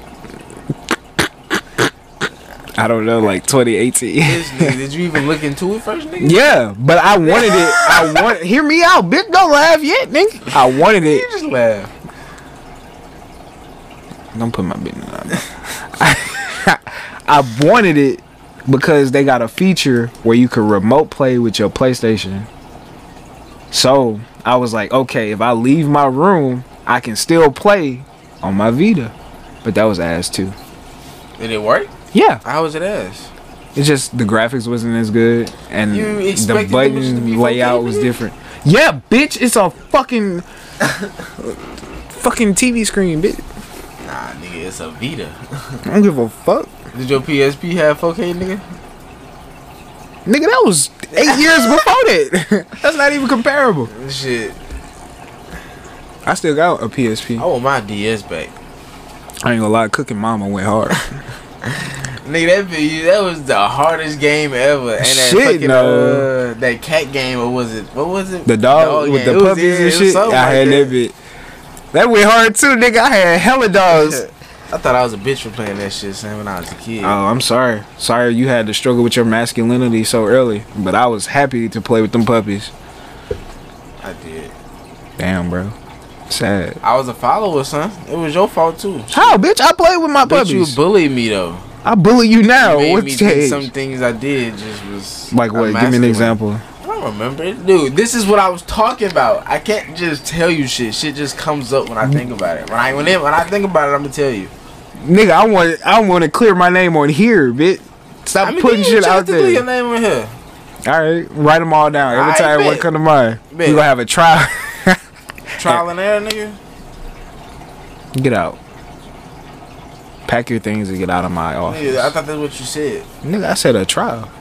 Speaker 1: I don't know, like 2018.
Speaker 2: This nigga, did you even look into it first,
Speaker 1: [LAUGHS]
Speaker 2: nigga?
Speaker 1: Yeah, but I wanted it. I want. Hear me out, bitch. Don't laugh yet, nigga. I wanted
Speaker 2: You
Speaker 1: it.
Speaker 2: just laugh.
Speaker 1: Don't put my business on. I, [LAUGHS] I wanted it because they got a feature where you could remote play with your PlayStation. So I was like, okay, if I leave my room, I can still play on my Vita. But that was ass too.
Speaker 2: Did it work?
Speaker 1: Yeah,
Speaker 2: How was it ass?
Speaker 1: it's just the graphics wasn't as good and
Speaker 2: You
Speaker 1: the
Speaker 2: expected them to be
Speaker 1: button
Speaker 2: 4K,
Speaker 1: layout was
Speaker 2: nigga?
Speaker 1: different. Yeah, bitch, it's a fucking fucking TV screen, bitch.
Speaker 2: Nah, nigga, it's a Vita.
Speaker 1: I don't give a fuck.
Speaker 2: Did your PSP have 4K, nigga?
Speaker 1: Nigga, that was
Speaker 2: [LAUGHS]
Speaker 1: eight years before that. [LAUGHS] That's not even comparable.
Speaker 2: Shit.
Speaker 1: I still got a PSP.
Speaker 2: I want my DS back.
Speaker 1: I ain't gonna lie, cooking mama went hard.
Speaker 2: Nigga, that video, that was the hardest game ever. And that
Speaker 1: Shit,
Speaker 2: fucking,
Speaker 1: no.
Speaker 2: uh, that cat game, or was it? What was it?
Speaker 1: The dog with
Speaker 2: game.
Speaker 1: the
Speaker 2: It was-
Speaker 1: puppies
Speaker 2: Oh, yeah, it
Speaker 1: and
Speaker 2: was
Speaker 1: shit. I
Speaker 2: something like
Speaker 1: had that bit. That went hard too, nigga. I had hella dogs.
Speaker 2: [LAUGHS] Shit. I thought I was a bitch for playing that shit Sam, when I was a kid.
Speaker 1: Oh, I'm sorry. Sorry you had to struggle with your masculinity so early. But I was happy to play with them puppies.
Speaker 2: I did.
Speaker 1: Damn, bro. Sad.
Speaker 2: I was a follower, son. It was your fault too.
Speaker 1: How, bitch? I played with my
Speaker 2: But you
Speaker 1: puppies.
Speaker 2: bullied me though.
Speaker 1: I bully you now.
Speaker 2: You made
Speaker 1: What's
Speaker 2: me
Speaker 1: the
Speaker 2: think
Speaker 1: age?
Speaker 2: some things I did just was
Speaker 1: Like what? Give me an
Speaker 2: emasculating.
Speaker 1: example.
Speaker 2: I don't remember it. Dude, this is what I was talking about. I can't just tell you shit. Shit just comes up when I think about it. When I when, it, when I think about it, I'm gonna tell you.
Speaker 1: Nigga, I want I want to clear my name on here, bitch. Stop
Speaker 2: I mean,
Speaker 1: putting
Speaker 2: you
Speaker 1: shit out
Speaker 2: technically Your
Speaker 1: there.
Speaker 2: name on here.
Speaker 1: All right, write them all down. Every
Speaker 2: Alright,
Speaker 1: time one
Speaker 2: bet.
Speaker 1: come to mind, we
Speaker 2: Bet.
Speaker 1: gonna have a trial. [LAUGHS]
Speaker 2: Trial and error,
Speaker 1: [SIGHS]
Speaker 2: nigga.
Speaker 1: get out. Pack your things and get out of my office.
Speaker 2: Nigga, I thought that's what you said.
Speaker 1: Nigga, I said a trial.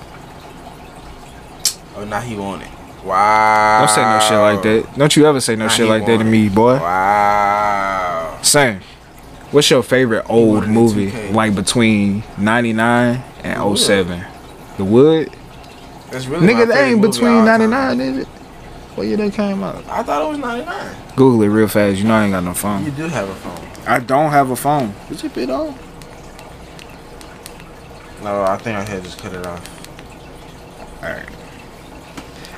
Speaker 2: Oh, now he want it. Wow.
Speaker 1: Don't say no shit
Speaker 2: Oh.
Speaker 1: like that. Don't you ever say no
Speaker 2: Nah,
Speaker 1: shit
Speaker 2: he
Speaker 1: like that to
Speaker 2: wanted.
Speaker 1: me, boy.
Speaker 2: Wow.
Speaker 1: Same. What's your favorite
Speaker 2: wanted
Speaker 1: old
Speaker 2: the
Speaker 1: movie?
Speaker 2: 2K.
Speaker 1: Like between 99
Speaker 2: The
Speaker 1: and
Speaker 2: Wood.
Speaker 1: 07? The Wood?
Speaker 2: That's really my
Speaker 1: Nigga, that
Speaker 2: favorite
Speaker 1: ain't
Speaker 2: movie of
Speaker 1: between
Speaker 2: all time.
Speaker 1: 99, is it? What year they came out?
Speaker 2: I thought it was 99.
Speaker 1: Google it real fast. You know I ain't got no phone.
Speaker 2: You do have a phone.
Speaker 1: I don't have a phone. Is it bit on?
Speaker 2: No, I think I had just cut it off.
Speaker 1: Alright.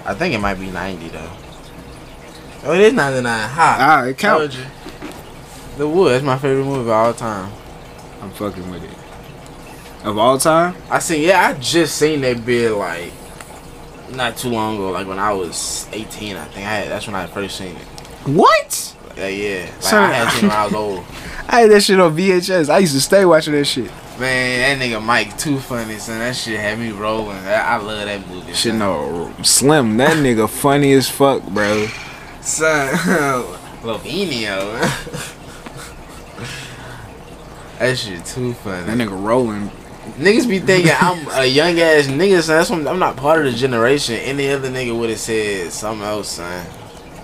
Speaker 2: I think it might be 90 though. Oh, it is 99. Hot.
Speaker 1: Ah, it count.
Speaker 2: Told you. The Wood. That's my favorite movie of all time.
Speaker 1: I'm fucking with it. Of all time?
Speaker 2: I seen. Yeah, I just seen that bit like not too long ago. Like when I was 18, I think I had. That's when I first seen it.
Speaker 1: What?
Speaker 2: Yeah, yeah. Like
Speaker 1: Sir.
Speaker 2: I had seen it when
Speaker 1: [LAUGHS]
Speaker 2: I was old.
Speaker 1: I had that shit on VHS. I used to stay watching that shit.
Speaker 2: Man, that nigga Mike too funny, son. That shit had me rolling. I, I love that movie.
Speaker 1: Shit,
Speaker 2: son.
Speaker 1: no. Slim, that [LAUGHS] nigga funny as fuck, bro.
Speaker 2: Son, [LAUGHS] Lovinio. that shit too funny.
Speaker 1: That nigga rolling.
Speaker 2: Niggas be thinking I'm a young ass nigga, son. That's what I'm not part of the generation. Any other nigga would have said something else, son.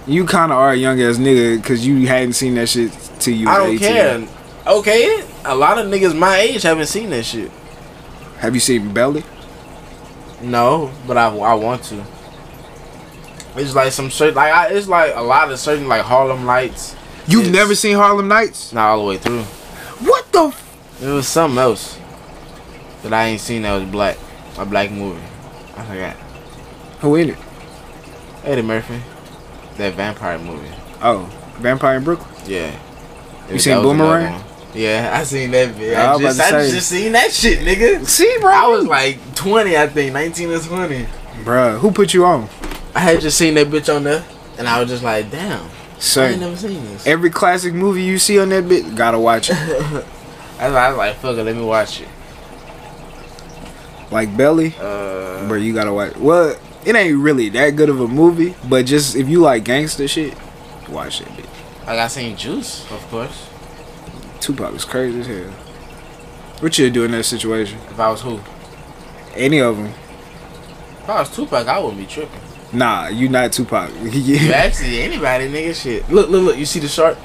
Speaker 1: You kind of are a young ass nigga because you hadn't seen that shit till you was
Speaker 2: I don't
Speaker 1: 18.
Speaker 2: care. Okay, a lot of niggas my age haven't seen that shit.
Speaker 1: Have you seen Belly?
Speaker 2: No, but I, I want to. It's like some certain like I, it's like a lot of certain like Harlem Lights.
Speaker 1: You've
Speaker 2: Yes.
Speaker 1: never seen Harlem Nights?
Speaker 2: Not all the way through.
Speaker 1: What the? F-
Speaker 2: It was something else that I ain't seen that was black. A black movie. I forgot.
Speaker 1: Who in it?
Speaker 2: Eddie Murphy. That vampire movie.
Speaker 1: Oh, Vampire in Brooklyn.
Speaker 2: Yeah.
Speaker 1: You seen
Speaker 2: That was another
Speaker 1: Boomerang?
Speaker 2: one. Yeah, I seen that bitch. I,
Speaker 1: I was
Speaker 2: just,
Speaker 1: about to
Speaker 2: I
Speaker 1: say.
Speaker 2: just seen that shit, nigga.
Speaker 1: See, bro.
Speaker 2: I was like 20, I think, 19 or 20.
Speaker 1: bro, who put you on?
Speaker 2: I had just seen that bitch on there, and I was just like, damn, I ain't
Speaker 1: Sir,
Speaker 2: never seen this.
Speaker 1: every classic movie you see on that bit, gotta watch
Speaker 2: [LAUGHS]
Speaker 1: it.
Speaker 2: I was, I was like, fuck it, let me watch it.
Speaker 1: Like Belly,
Speaker 2: Uh,
Speaker 1: bro, you gotta watch. Well, it ain't really that good of a movie, but just if you like gangster shit, watch that bit.
Speaker 2: like, I seen Juice, of course.
Speaker 1: Tupac was crazy as hell. What you do in that situation?
Speaker 2: If I was who?
Speaker 1: Any of them?
Speaker 2: If I was Tupac, I wouldn't be tripping.
Speaker 1: Nah, you not Tupac. [LAUGHS]
Speaker 2: You
Speaker 1: yeah.
Speaker 2: actually, anybody, nigga, shit. Look, look, look, you see the shark?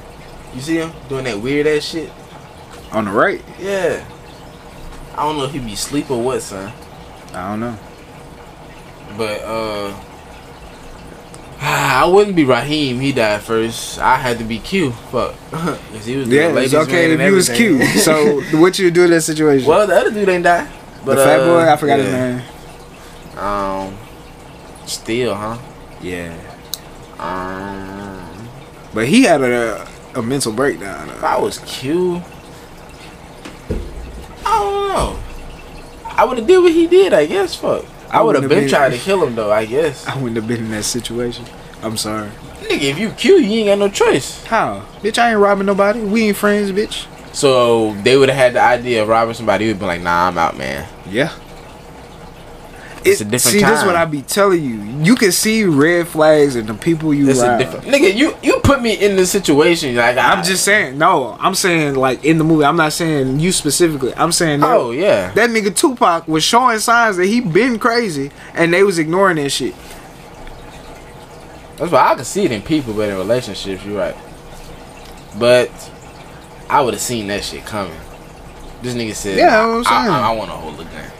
Speaker 2: You see him doing that weird ass shit?
Speaker 1: On the right?
Speaker 2: Yeah. I don't know if he be asleep or what, son.
Speaker 1: I don't know.
Speaker 2: But uh [SIGHS] I wouldn't be Raheem. He died first. I had to be Q. Fuck, [LAUGHS] 'Cause he was the
Speaker 1: Yeah, it's
Speaker 2: ladies'
Speaker 1: okay
Speaker 2: man
Speaker 1: if
Speaker 2: and
Speaker 1: you was
Speaker 2: everything.
Speaker 1: cute.
Speaker 2: [LAUGHS]
Speaker 1: So what you do in that situation?
Speaker 2: well, the other dude ain't die. But
Speaker 1: the fat
Speaker 2: uh,
Speaker 1: boy, I forgot his
Speaker 2: yeah.
Speaker 1: name.
Speaker 2: Um, still, huh?
Speaker 1: Yeah,
Speaker 2: Um,
Speaker 1: but he had a a mental breakdown. [LAUGHS]
Speaker 2: if I was Q, I don't know. I would have did what he did. I guess. Fuck. I
Speaker 1: I
Speaker 2: would
Speaker 1: wouldn't
Speaker 2: have
Speaker 1: have
Speaker 2: been,
Speaker 1: been-
Speaker 2: trying to kill him though. I
Speaker 1: [LAUGHS]
Speaker 2: guess.
Speaker 1: I wouldn't have been in that situation. I'm sorry.
Speaker 2: Nigga, if you Q, you ain't got no choice.
Speaker 1: How? Bitch, I ain't robbing nobody. We ain't friends, bitch.
Speaker 2: So they would have had the idea of robbing somebody. He would been like, Nah, I'm out, man.
Speaker 1: Yeah.
Speaker 2: It's a different
Speaker 1: See, this is
Speaker 2: time.
Speaker 1: what I be telling you. You can see red flags and the people you
Speaker 2: It's a
Speaker 1: rob.
Speaker 2: different nigga. You you put me in this situation. Like I,
Speaker 1: I'm just saying, no, I'm saying like in the movie. I'm not saying you specifically. I'm saying no.
Speaker 2: Oh yeah.
Speaker 1: That nigga Tupac was showing signs that he been crazy, and they was ignoring that shit.
Speaker 2: That's why I can see it in people, but in relationships, you're right. But I would have seen that shit coming. This nigga said,
Speaker 1: Yeah, that's what I'm
Speaker 2: I,
Speaker 1: saying.
Speaker 2: I, want to hold a gun.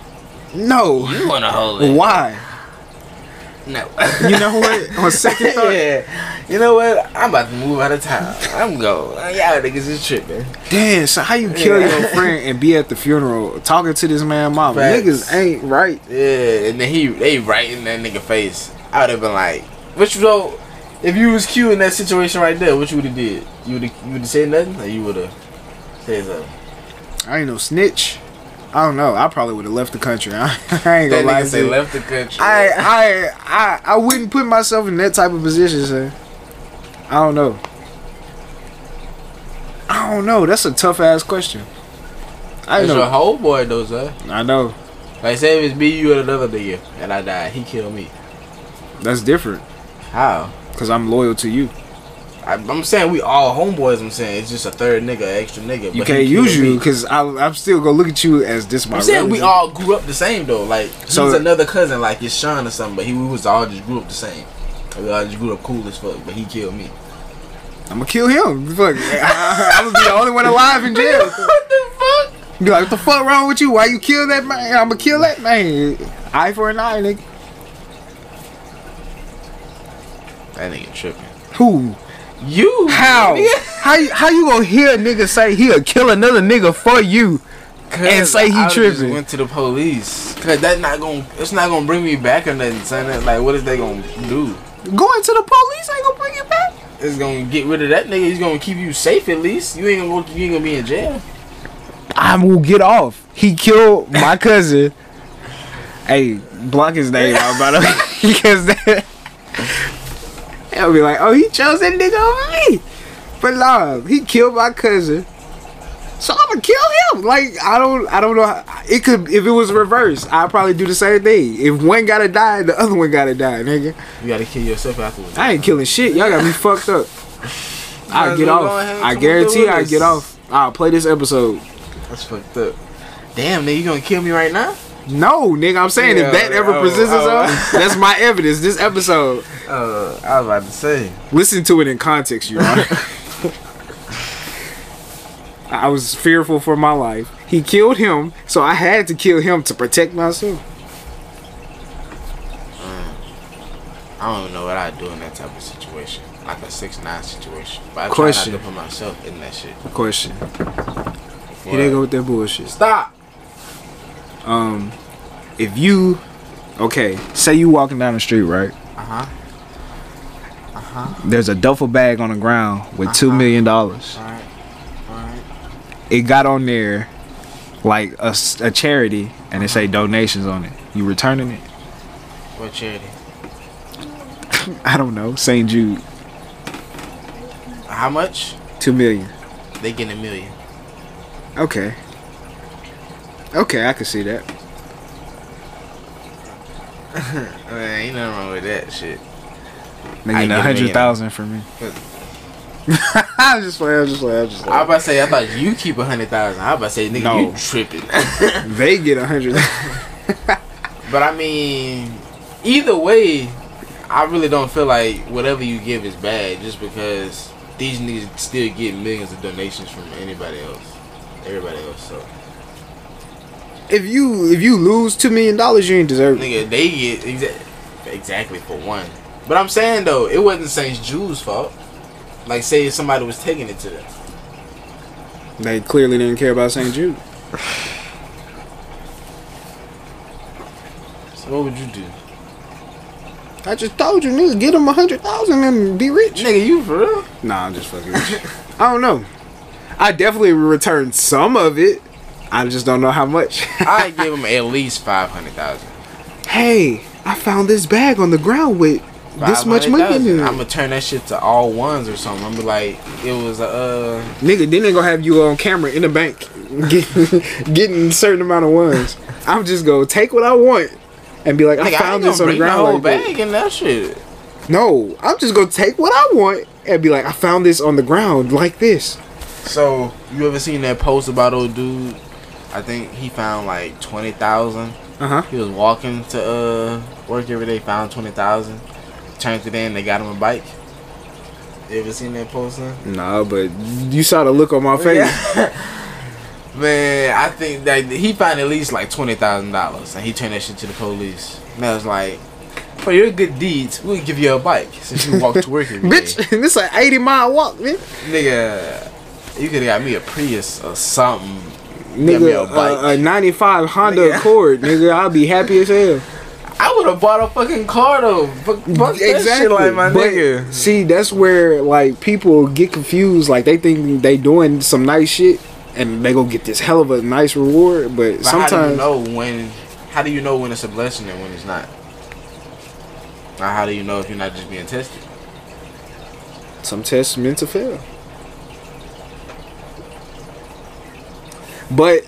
Speaker 1: No,
Speaker 2: You want to hold it?
Speaker 1: why?
Speaker 2: No.
Speaker 1: [LAUGHS] You know what? On second thought,
Speaker 2: [LAUGHS] yeah. You know what? I'm about to move out of town. I'm going. Y'all niggas is tripping.
Speaker 1: damn. So how you kill
Speaker 2: Yeah.
Speaker 1: your friend and be at the funeral talking to this man, mama?
Speaker 2: Facts.
Speaker 1: Niggas ain't right.
Speaker 2: Yeah, and then he they right in that nigga face. I would have been like, "What you know? If you was Q in that situation right there, what you would have did? You would you would have said nothing, or you would have said something?
Speaker 1: I ain't no snitch. I don't know. I probably would have left the country. [LAUGHS] I, ain't
Speaker 2: That
Speaker 1: gonna lie
Speaker 2: nigga
Speaker 1: to
Speaker 2: say
Speaker 1: you.
Speaker 2: left the country.
Speaker 1: I, I, I, I wouldn't put myself in that type of position, sir. I don't know. I don't know. That's a tough ass question. I
Speaker 2: That's your
Speaker 1: know.
Speaker 2: whole boy though, sir.
Speaker 1: I know.
Speaker 2: Like say if it's me, you and another nigga, and I die, he killed me.
Speaker 1: That's different
Speaker 2: How?
Speaker 1: because I'm loyal to you.
Speaker 2: I, I'm saying we all homeboys. I'm saying it's just a third nigga, an extra nigga.
Speaker 1: You
Speaker 2: but
Speaker 1: can't
Speaker 2: he killed
Speaker 1: use you
Speaker 2: me.
Speaker 1: because I'm still gonna look at you as this my.
Speaker 2: I'm saying we
Speaker 1: relative.
Speaker 2: all grew up the same though. Like
Speaker 1: So-
Speaker 2: he's another cousin, like it's Sean or something. But he we was all just grew up the same. We all just grew up cool as fuck. But he killed me.
Speaker 1: I'm gonna kill him. Fuck. [LAUGHS] I, am gonna be the only one alive in jail.
Speaker 2: [LAUGHS] what the fuck?
Speaker 1: Be like, what the fuck wrong with you? Why you kill that man? I'm gonna kill that man. Eye for an eye, nigga.
Speaker 2: That nigga tripping.
Speaker 1: Who?
Speaker 2: You
Speaker 1: How? how you- how you gonna hear a nigga say he'll kill another nigga for you? and say he
Speaker 2: I
Speaker 1: tripping.
Speaker 2: Just went to the police. Cause that not gonna, it's not gonna bring me back or nothing. Son, That's like what is they gonna do?
Speaker 1: Going to the police ain't gonna bring it back.
Speaker 2: It's gonna get rid of that nigga. He's gonna keep you safe at least. You ain't gonna, go- you ain't gonna be in jail.
Speaker 1: I will get off. He killed [LAUGHS] my cousin. hey, block his name out, by the way, [LAUGHS] because that. I'll be like, oh, he chose that nigga over me. But nah, he killed my cousin. So I'm gonna kill him. Like I don't, I don't know. How, it could, if it was reversed, I'd probably do the same thing. If one gotta die, the other one gotta die, nigga.
Speaker 2: You gotta kill yourself afterwards.
Speaker 1: I ain't killing shit. Y'all got me fucked
Speaker 2: [LAUGHS]
Speaker 1: up. I
Speaker 2: Might
Speaker 1: get
Speaker 2: as well
Speaker 1: off.
Speaker 2: go ahead and
Speaker 1: I
Speaker 2: come
Speaker 1: guarantee
Speaker 2: through
Speaker 1: I
Speaker 2: this.
Speaker 1: get off. I'll play this episode.
Speaker 2: That's fucked up. Damn, nigga, you gonna kill me right now?
Speaker 1: No, nigga, I'm saying
Speaker 2: Yeah,
Speaker 1: if that ever
Speaker 2: oh,
Speaker 1: presents
Speaker 2: oh.
Speaker 1: itself, that's my evidence. This episode,
Speaker 2: Uh, I was about to say.
Speaker 1: listen to it in context, you honor. I was fearful for my life. He killed him, so I had to kill him to protect myself.
Speaker 2: I don't even know what I'd do in that type of situation, like a six nine situation. But I
Speaker 1: Question.
Speaker 2: try not to put myself in that shit.
Speaker 1: Question. Here they go with their bullshit.
Speaker 2: Stop.
Speaker 1: Um, if you, okay, say you walking down the street, right?
Speaker 2: Uh huh.
Speaker 1: There's a duffel bag on the ground with two million dollars.
Speaker 2: All right. All right.
Speaker 1: it got on there like a, s- a charity and it say donations on it. You returning it?
Speaker 2: What charity?
Speaker 1: I don't know. St. Jude,
Speaker 2: How much?
Speaker 1: two million.
Speaker 2: They get a million.
Speaker 1: Okay. Okay, I can see that.
Speaker 2: Man, Uh, ain't nothing wrong with that shit.
Speaker 1: They
Speaker 2: I
Speaker 1: getting
Speaker 2: get
Speaker 1: a
Speaker 2: a
Speaker 1: hundred
Speaker 2: million.
Speaker 1: thousand for me. [LAUGHS] I'm just playing. I'm just playing. I'm just
Speaker 2: I
Speaker 1: playing.
Speaker 2: was about to say, I thought you keep a hundred thousand. I was about to say, nigga,
Speaker 1: No.
Speaker 2: you [LAUGHS] tripping.
Speaker 1: They get a hundred.
Speaker 2: but I mean, either way, I really don't feel like whatever you give is bad, just because these niggas still get millions of donations from anybody else, everybody else. So,
Speaker 1: if you if you lose two million dollars, you ain't deserve it.
Speaker 2: nigga, they get exa- exactly for one. But I'm saying though, it wasn't Saint Jude's fault. Like, say if somebody was taking it to them.
Speaker 1: They clearly didn't care about St. Jude.
Speaker 2: So what would you do?
Speaker 1: I just told you, nigga, get them a hundred thousand and be rich.
Speaker 2: Nigga, you for real?
Speaker 1: Nah, I'm just fucking with you. I don't know. I definitely returned some of it. I just don't know how much. [LAUGHS]
Speaker 2: I give him at least five hundred thousand.
Speaker 1: hey, I found this bag on the ground with this much money in it.
Speaker 2: I'm gonna turn that shit to all ones or something. I'm gonna be like, it was uh,
Speaker 1: Nigga, then they gonna have you on camera in the bank [LAUGHS] getting, getting a certain amount of ones. I'm just gonna take what I want and be like, I
Speaker 2: nigga, I ain't
Speaker 1: found
Speaker 2: gonna
Speaker 1: this on the
Speaker 2: bring my
Speaker 1: ground.
Speaker 2: whole
Speaker 1: like that.
Speaker 2: bag and that shit.
Speaker 1: No, I'm just gonna take what I want and be like, I found this on the ground like this.
Speaker 2: So you ever seen that post about old dude? I think he found like twenty thousand.
Speaker 1: Uh huh.
Speaker 2: He was walking to uh work every day, found twenty thousand. Turned it in, they got him a bike. You ever seen that post? Huh?
Speaker 1: Nah, but you saw the look on my face. [LAUGHS]
Speaker 2: [LAUGHS] Man, I think that he found at least like twenty thousand dollars, and he turned that shit to the police. And I was like, "For your good deeds, we'll give you a bike since you walked to work every day."
Speaker 1: [LAUGHS] Bitch, this is an 80 mile walk, man.
Speaker 2: nigga, you could have got me a Prius or something. Get me a
Speaker 1: Nigga, uh,
Speaker 2: bike.
Speaker 1: a, a 95 Honda Accord, nigga, I'll be happy as hell.
Speaker 2: I would have bought a fucking car though. Fuck, [LAUGHS] fuck that shit, like my
Speaker 1: But,
Speaker 2: nigga.
Speaker 1: See, that's where like people get confused. Like they think they doing some nice shit and they go get this hell of a nice reward. But,
Speaker 2: But how do you
Speaker 1: sometimes
Speaker 2: know when? How do you know when it's a blessing and when it's not? Now, how do you know if you're not just being tested?
Speaker 1: some tests meant to fail. But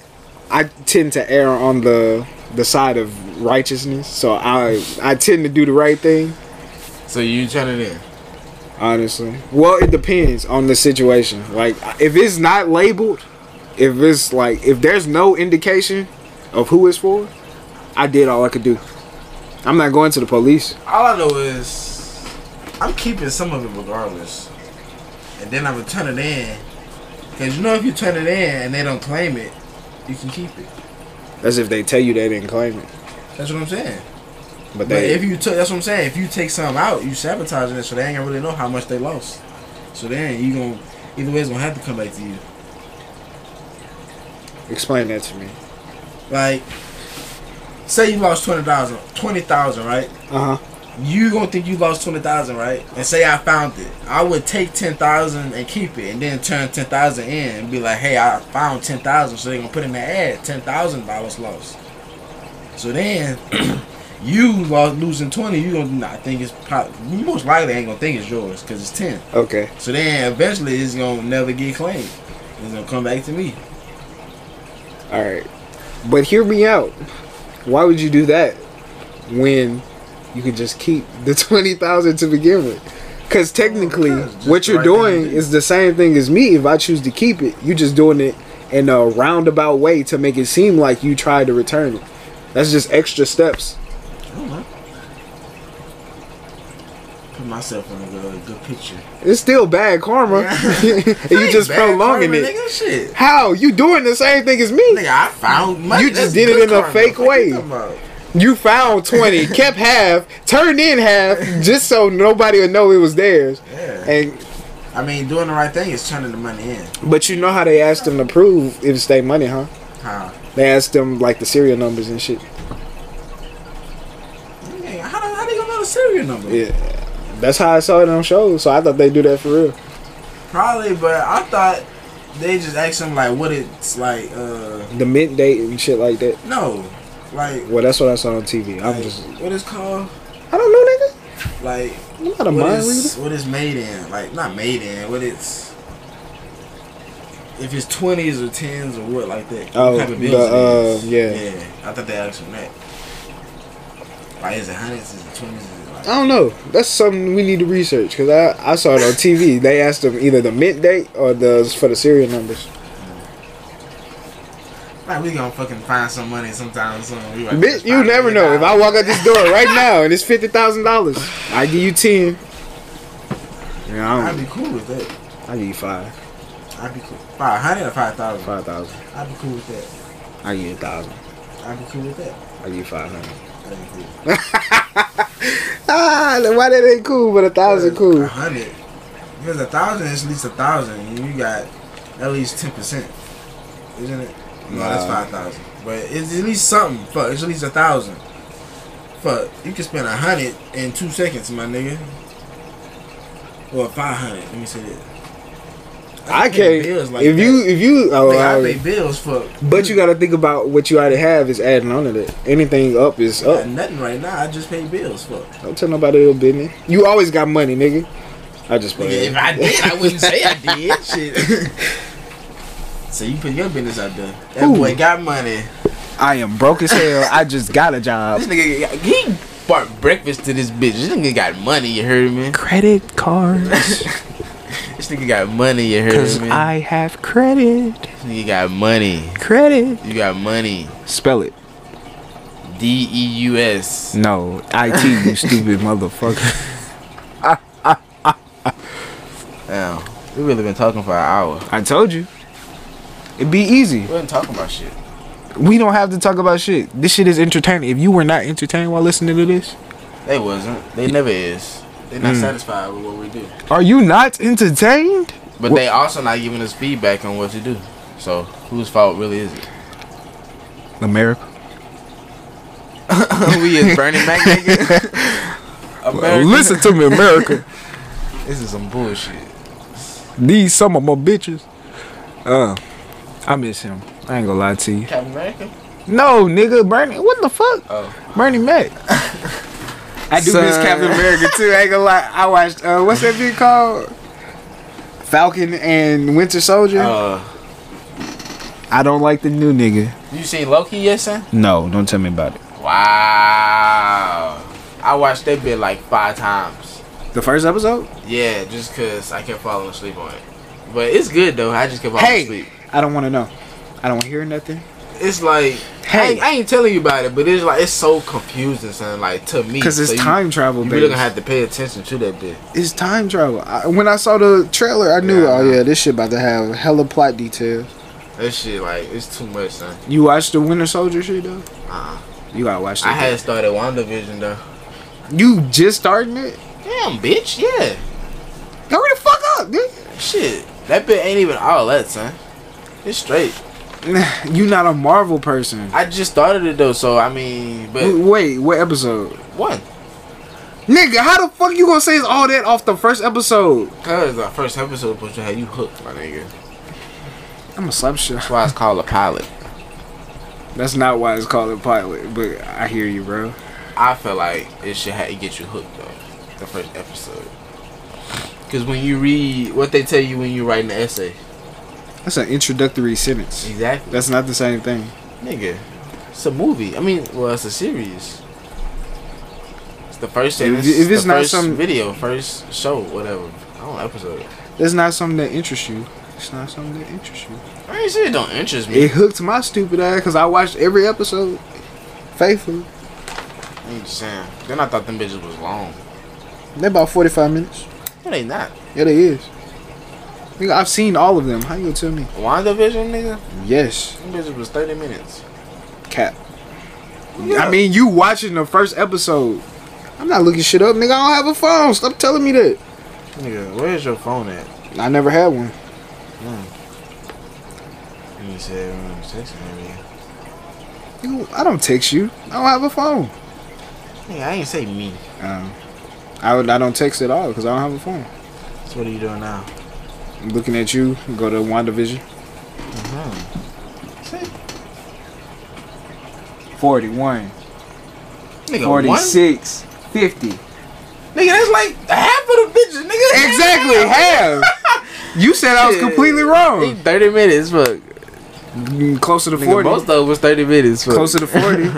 Speaker 1: I tend to err on the the side of righteousness. So I I tend to do the right thing.
Speaker 2: So you turn it in.
Speaker 1: Honestly, well, it depends on the situation. Like, if it's not labeled, if it's like, if there's no indication of who it's for, I did all I could do. I'm not going to the police.
Speaker 2: All I know is I'm keeping some of it regardless, and then I would turn it in. Cause you know if you turn it in and they don't claim it, you can keep it.
Speaker 1: As if they tell you they didn't claim it,
Speaker 2: That's what I'm saying.
Speaker 1: but
Speaker 2: But
Speaker 1: they.
Speaker 2: if you took, that's what I'm saying. If you take some out, you sabotaging it, so they ain't gonna really know how much they lost. So then you gonna either way it's gonna have to come back to you.
Speaker 1: Explain that to me.
Speaker 2: Like, say you lost twenty thousand, twenty thousand, right?
Speaker 1: Uh huh.
Speaker 2: You gonna think you lost twenty thousand, right? And say I found it, I would take ten thousand and keep it, and then turn ten thousand in and be like, "Hey, I found ten thousand, So they gonna put in the ad, ten thousand dollars lost. So then, [CLEARS THROAT] you lost losing twenty, you gonna not think it's probably you most likely ain't gonna think it's yours because it's ten.
Speaker 1: Okay.
Speaker 2: So then eventually it's gonna never get claimed. It's gonna come back to me.
Speaker 1: All right. But hear me out. Why would you do that when you could just keep the [LAUGHS] 20,000 to begin with? Cuz technically
Speaker 2: Yeah, it's just
Speaker 1: what
Speaker 2: the
Speaker 1: you're
Speaker 2: right thing
Speaker 1: doing
Speaker 2: to do.
Speaker 1: is the same thing as me if I choose to keep it. You're just doing it in a roundabout way to make it seem like you tried to return it. That's just extra steps.
Speaker 2: Oh, Put myself in a good, good picture.
Speaker 1: It's still bad karma. [LAUGHS] and you just prolonging it.
Speaker 2: Nigga, shit.
Speaker 1: How? You doing the same thing as me?
Speaker 2: Nigga, I found money.
Speaker 1: You just
Speaker 2: That's
Speaker 1: did it
Speaker 2: good
Speaker 1: in a
Speaker 2: karma.
Speaker 1: fake
Speaker 2: What
Speaker 1: way.
Speaker 2: you talking about?
Speaker 1: You found
Speaker 2: [LAUGHS]
Speaker 1: 20, kept half, turned in half, just so nobody would know it was theirs.
Speaker 2: Yeah.
Speaker 1: And
Speaker 2: I mean, doing the right thing is turning the money in.
Speaker 1: But you know how they asked them to prove if it's their money, huh?
Speaker 2: How?
Speaker 1: They asked them like the serial numbers and shit.
Speaker 2: Nigga, How, the- how they gonna know the serial number?
Speaker 1: Yeah. That's how I saw it on shows, so I thought they do that for real.
Speaker 2: Probably, but I thought they just asked him like what it's like. uh
Speaker 1: The mint date and shit like that.
Speaker 2: No, like,
Speaker 1: Well, that's what I saw on TV. I'm
Speaker 2: like,
Speaker 1: just,
Speaker 2: what it's called.
Speaker 1: I don't know,
Speaker 2: Like
Speaker 1: nigga. I'm not a
Speaker 2: what
Speaker 1: mind
Speaker 2: is
Speaker 1: reader.
Speaker 2: what it's made in? Like not made in. What it's if it's twenties or tens or what like that.
Speaker 1: Oh,
Speaker 2: what type of
Speaker 1: the,
Speaker 2: bills it is.
Speaker 1: uh, yeah.
Speaker 2: Yeah, I thought they asked him that. Like is it hundreds? Is it twenties? Is it like?
Speaker 1: I don't know. That's something we need to research because I, I saw it on TV. They asked them either the mint date or the for the serial numbers.
Speaker 2: Like we gonna fucking find some money sometime soon. We about to
Speaker 1: Bitch,
Speaker 2: just
Speaker 1: you
Speaker 2: find
Speaker 1: never
Speaker 2: it
Speaker 1: know. If
Speaker 2: out.
Speaker 1: I walk out this door right now and it's fifty thousand dollars, I give you ten. Yeah, I
Speaker 2: I'd
Speaker 1: don't,
Speaker 2: be cool with that.
Speaker 1: I give you five,
Speaker 2: I'd be cool. Five hundred or five thousand.
Speaker 1: five thousand.
Speaker 2: I'd be cool with that.
Speaker 1: I give you a thousand.
Speaker 2: I'd be cool with that.
Speaker 1: I give you five hundred.
Speaker 2: That ain't cool.
Speaker 1: Ah, then why that ain't cool, but a thousand
Speaker 2: A
Speaker 1: cool.
Speaker 2: hundred. Because a thousand is at least a thousand, and you got at least ten percent, isn't it? No, that's
Speaker 1: Nah.
Speaker 2: five thousand. But it's at least something. Fuck, it's at least a thousand. Fuck, you can spend a hundred in two seconds, my nigga. Or five hundred. Let me say that.
Speaker 1: I
Speaker 2: pay
Speaker 1: can't.
Speaker 2: bills like
Speaker 1: if you, if you, oh,
Speaker 2: Nigga, I
Speaker 1: I-
Speaker 2: pay bills for.
Speaker 1: but you gotta think about what you already have is adding on to that. Anything up is
Speaker 2: got
Speaker 1: up.
Speaker 2: nothing right now. I just pay bills for.
Speaker 1: Don't tell nobody your business. You always got money, nigga. I just
Speaker 2: Nigga,
Speaker 1: play.
Speaker 2: if I did, I wouldn't say
Speaker 1: [LAUGHS]
Speaker 2: I did. Shit. so you put your business out there. That
Speaker 1: Ooh.
Speaker 2: boy got money.
Speaker 1: I am broke as hell. I just got a job.
Speaker 3: This nigga, he bought breakfast to this bitch. This nigga got money, you heard me?
Speaker 1: Credit cards,
Speaker 3: This nigga got money, you heard me?
Speaker 1: have credit.
Speaker 3: This nigga got money.
Speaker 1: Credit.
Speaker 3: You got money.
Speaker 1: Spell it.
Speaker 3: D E U S.
Speaker 1: No, IT, [LAUGHS] you stupid [LAUGHS] motherfucker.
Speaker 3: Damn. We really been talking for an hour.
Speaker 1: I told you. It'd be easy.
Speaker 3: We wasn't talking about shit.
Speaker 1: We don't have to talk about shit. This shit is entertaining. If you were not entertained while listening to this,
Speaker 3: They wasn't. They never is.
Speaker 2: They're
Speaker 3: Mm.
Speaker 2: not satisfied with what we do.
Speaker 1: are you not entertained?
Speaker 3: But they also not giving us feedback on what to do. So whose fault really is it?
Speaker 1: America.
Speaker 3: [LAUGHS] we is Bernie Mac nigga. [LAUGHS] America.
Speaker 1: Listen to me, [LAUGHS] America.
Speaker 3: This is some bullshit.
Speaker 1: These some of my bitches. Uh, I miss him. I ain't gonna lie to you.
Speaker 3: Captain America?
Speaker 1: No, nigga, Bernie. What the fuck?
Speaker 3: Oh.
Speaker 1: Bernie Mac. I do miss
Speaker 3: Son.
Speaker 1: Captain America too. I ain't gonna lie. I watched uh, what's that thing called? Falcon and Winter Soldier.
Speaker 3: Uh,
Speaker 1: I don't like the new nigga.
Speaker 3: you seen Loki yet, son?
Speaker 1: No, don't tell me about it.
Speaker 3: Wow. I watched that bit like five times.
Speaker 1: The first episode?
Speaker 3: Yeah, just cause I kept falling asleep on it. But it's good though. I just kept falling
Speaker 1: Hey,
Speaker 3: asleep.
Speaker 1: I don't want to know. I don't hear nothing.
Speaker 3: It's like I,
Speaker 1: Hey.
Speaker 3: ain't, I ain't telling you about it, but it's like it's so confusing, son. Like to me,
Speaker 1: Cause it's
Speaker 3: so you-
Speaker 1: time travel,
Speaker 3: You,
Speaker 1: baby.
Speaker 3: really gonna have to pay attention to that bit.
Speaker 1: it's time travel. I, when I saw the trailer, I knew.
Speaker 3: Yeah, I
Speaker 1: oh
Speaker 3: know.
Speaker 1: yeah, this shit about to have hella plot details.
Speaker 3: That shit like it's too much, son.
Speaker 1: You watched the Winter Soldier shit though?
Speaker 3: Uh-uh.
Speaker 1: You gotta watch that.
Speaker 3: I had started WandaVision though.
Speaker 1: you just starting it?
Speaker 3: Damn, bitch. Yeah.
Speaker 1: Hurry the fuck up, dude.
Speaker 3: Shit. That bit ain't even all that, son. It's straight.
Speaker 1: [SIGHS] you not a Marvel person.
Speaker 2: I just started it though, so I mean, but
Speaker 1: W- Wait, what episode?
Speaker 2: one,
Speaker 1: Nigga, how the fuck you gonna say it's all that off the first episode?
Speaker 2: cause the first episode supposed to have you hooked, my nigga.
Speaker 1: I'ma slap shit.
Speaker 2: That's why it's called a pilot.
Speaker 1: That's not why it's called a pilot, but I hear you, bro.
Speaker 2: I feel like it should ha- get you hooked though, the first episode. Cause when you read what they tell you when you write an essay,
Speaker 1: That's an introductory sentence.
Speaker 2: exactly,
Speaker 1: That's not the same thing.
Speaker 2: nigga, it's a movie. I mean, well, it's a series. It's the first sentence.
Speaker 1: if
Speaker 2: the
Speaker 1: it's not
Speaker 2: first
Speaker 1: some-
Speaker 2: video, first show, whatever. I don't know, episode.
Speaker 1: That's not something that interests you. It's not something that interests you.
Speaker 2: I ain't shit don't interest me.
Speaker 1: It hooked my stupid ass because I watched every episode faithfully.
Speaker 2: I'm just saying. Then I thought them bitches was long.
Speaker 1: They about forty five minutes.
Speaker 2: No, they not.
Speaker 1: Yeah, they is. Nigga, I've seen all of them. How you gonna tell me?
Speaker 2: WandaVision, nigga,
Speaker 1: Yes,
Speaker 2: them bitches was 30 minutes.
Speaker 1: cap.
Speaker 2: Yeah.
Speaker 1: I mean, you watching the first episode. I'm not looking shit up, nigga. I don't have a phone. Stop telling me that.
Speaker 2: Nigga, where's your phone at?
Speaker 1: I never had one.
Speaker 2: And he said, "Mm, six maybe."
Speaker 1: Nigga, I don't text you. I don't have a phone.
Speaker 2: Nigga, I ain't say me.
Speaker 1: Um, I would- I don't text at all because I don't have a phone.
Speaker 2: So what are you doing now?
Speaker 1: I'm looking at you. Go to WandaVision.
Speaker 2: Mm-hmm.
Speaker 1: Forty one.
Speaker 2: Nigga, one?
Speaker 1: 46, 50.
Speaker 2: Nigga, that's like half of the bitches, nigga.
Speaker 1: Exactly,
Speaker 2: [LAUGHS]
Speaker 1: half. You said I was completely
Speaker 2: They
Speaker 1: wrong.
Speaker 2: 30 minutes, fuck.
Speaker 1: Mm, Closer to
Speaker 2: Nigga,
Speaker 1: 40.
Speaker 2: most of it was 30 minutes, fuck.
Speaker 1: Closer to
Speaker 2: [LAUGHS]
Speaker 1: 40.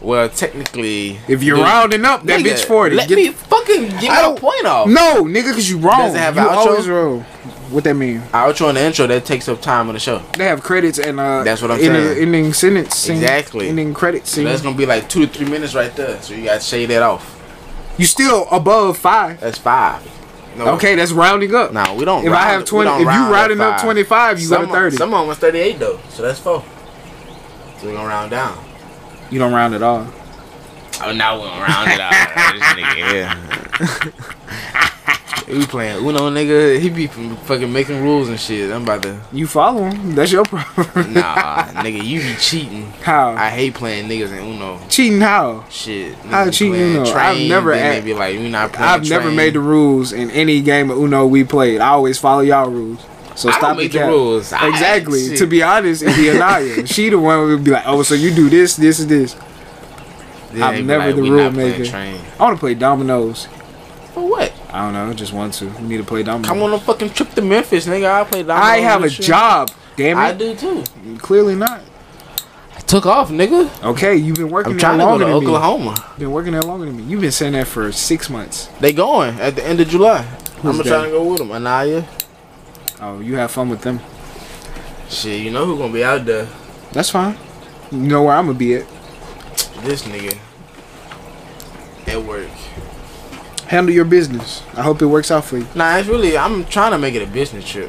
Speaker 2: well, technically.
Speaker 1: If you're
Speaker 2: Dude,
Speaker 1: rounding up, that
Speaker 2: nigga,
Speaker 1: bitch 40.
Speaker 2: Let
Speaker 1: Get-
Speaker 2: me fucking get
Speaker 1: I
Speaker 2: my
Speaker 1: don't-
Speaker 2: point off.
Speaker 1: no, nigga, because you wrong.
Speaker 2: Oh. Does it have
Speaker 1: you
Speaker 2: an outro?
Speaker 1: always wrong. What that mean?
Speaker 2: Outro and the intro, that takes up time on the show.
Speaker 1: They have credits and uh,
Speaker 2: That's what I'm
Speaker 1: ending,
Speaker 2: saying.
Speaker 1: Ending sentence. scene-
Speaker 2: Exactly.
Speaker 1: Ending credit
Speaker 2: So
Speaker 1: scene.
Speaker 2: that's gonna be like two to three minutes right there. So you gotta shade that off.
Speaker 1: you still above five.
Speaker 2: That's five. No,
Speaker 1: Okay, that's rounding up.
Speaker 2: Now we Oh. don't.
Speaker 1: If I
Speaker 2: round-
Speaker 1: have
Speaker 2: we
Speaker 1: 20,
Speaker 2: don't
Speaker 1: if you
Speaker 2: round at
Speaker 1: rounding up
Speaker 2: five.
Speaker 1: 25, you
Speaker 2: some
Speaker 1: go to 30.
Speaker 2: Someone was 38 though, so that's four. So we're gonna round down.
Speaker 1: you don't round at all.
Speaker 2: Oh, now we're gonna round [LAUGHS] it out. this nigga here. [LAUGHS] He playing Uno, nigga. He be fucking making rules and shit. I'm about [LAUGHS] to.
Speaker 1: You follow him. That's your [LAUGHS] problem.
Speaker 2: Nah, nigga, you be cheating.
Speaker 1: How?
Speaker 2: I hate playing niggas in Uno.
Speaker 1: Cheating how?
Speaker 2: Shit.
Speaker 1: How
Speaker 2: niggas be
Speaker 1: cheat
Speaker 2: playing
Speaker 1: Uno? I've
Speaker 2: train,
Speaker 1: never
Speaker 2: then they
Speaker 1: act-
Speaker 2: be like, you not playing
Speaker 1: I've never
Speaker 2: train.
Speaker 1: made the rules in any game of Uno we played. I always follow y'all rules. So
Speaker 2: I
Speaker 1: stop
Speaker 2: don't make the
Speaker 1: cap.
Speaker 2: rules. I-
Speaker 1: Exactly.
Speaker 2: shit.
Speaker 1: To be honest, it'd be
Speaker 2: [LAUGHS]
Speaker 1: Anaya. she the one would be like, "Oh, so you do this, this, and this."
Speaker 2: Then
Speaker 1: I'm
Speaker 2: they be
Speaker 1: never the
Speaker 2: "We
Speaker 1: rule
Speaker 2: not playing
Speaker 1: maker."
Speaker 2: train."
Speaker 1: I want to play dominoes.
Speaker 2: For what?
Speaker 1: I don't know. Just want to. We need to play dominoes.
Speaker 2: Come on a fucking trip to Memphis, nigga. I play. dominoes
Speaker 1: I have a
Speaker 2: with you.
Speaker 1: job.
Speaker 2: I
Speaker 1: Damn it.
Speaker 2: do too.
Speaker 1: Clearly not.
Speaker 2: I took off, nigga.
Speaker 1: Okay, you've been working
Speaker 2: I'm
Speaker 1: that
Speaker 2: trying to go
Speaker 1: longer
Speaker 2: to
Speaker 1: than me.
Speaker 2: Oklahoma.
Speaker 1: Been working that longer than me. You've been saying that for six months.
Speaker 2: They going at the end of July. I'm
Speaker 1: that?
Speaker 2: gonna try to go with them. Anaya.
Speaker 1: Oh, you have fun with them.
Speaker 2: Shit, you know who gonna be out there?
Speaker 1: That's fine. You know where I'm gonna be at.
Speaker 2: This nigga. At work.
Speaker 1: Handle your business. I hope it works out for you.
Speaker 2: Nah, it's really. I'm trying to make it a business trip.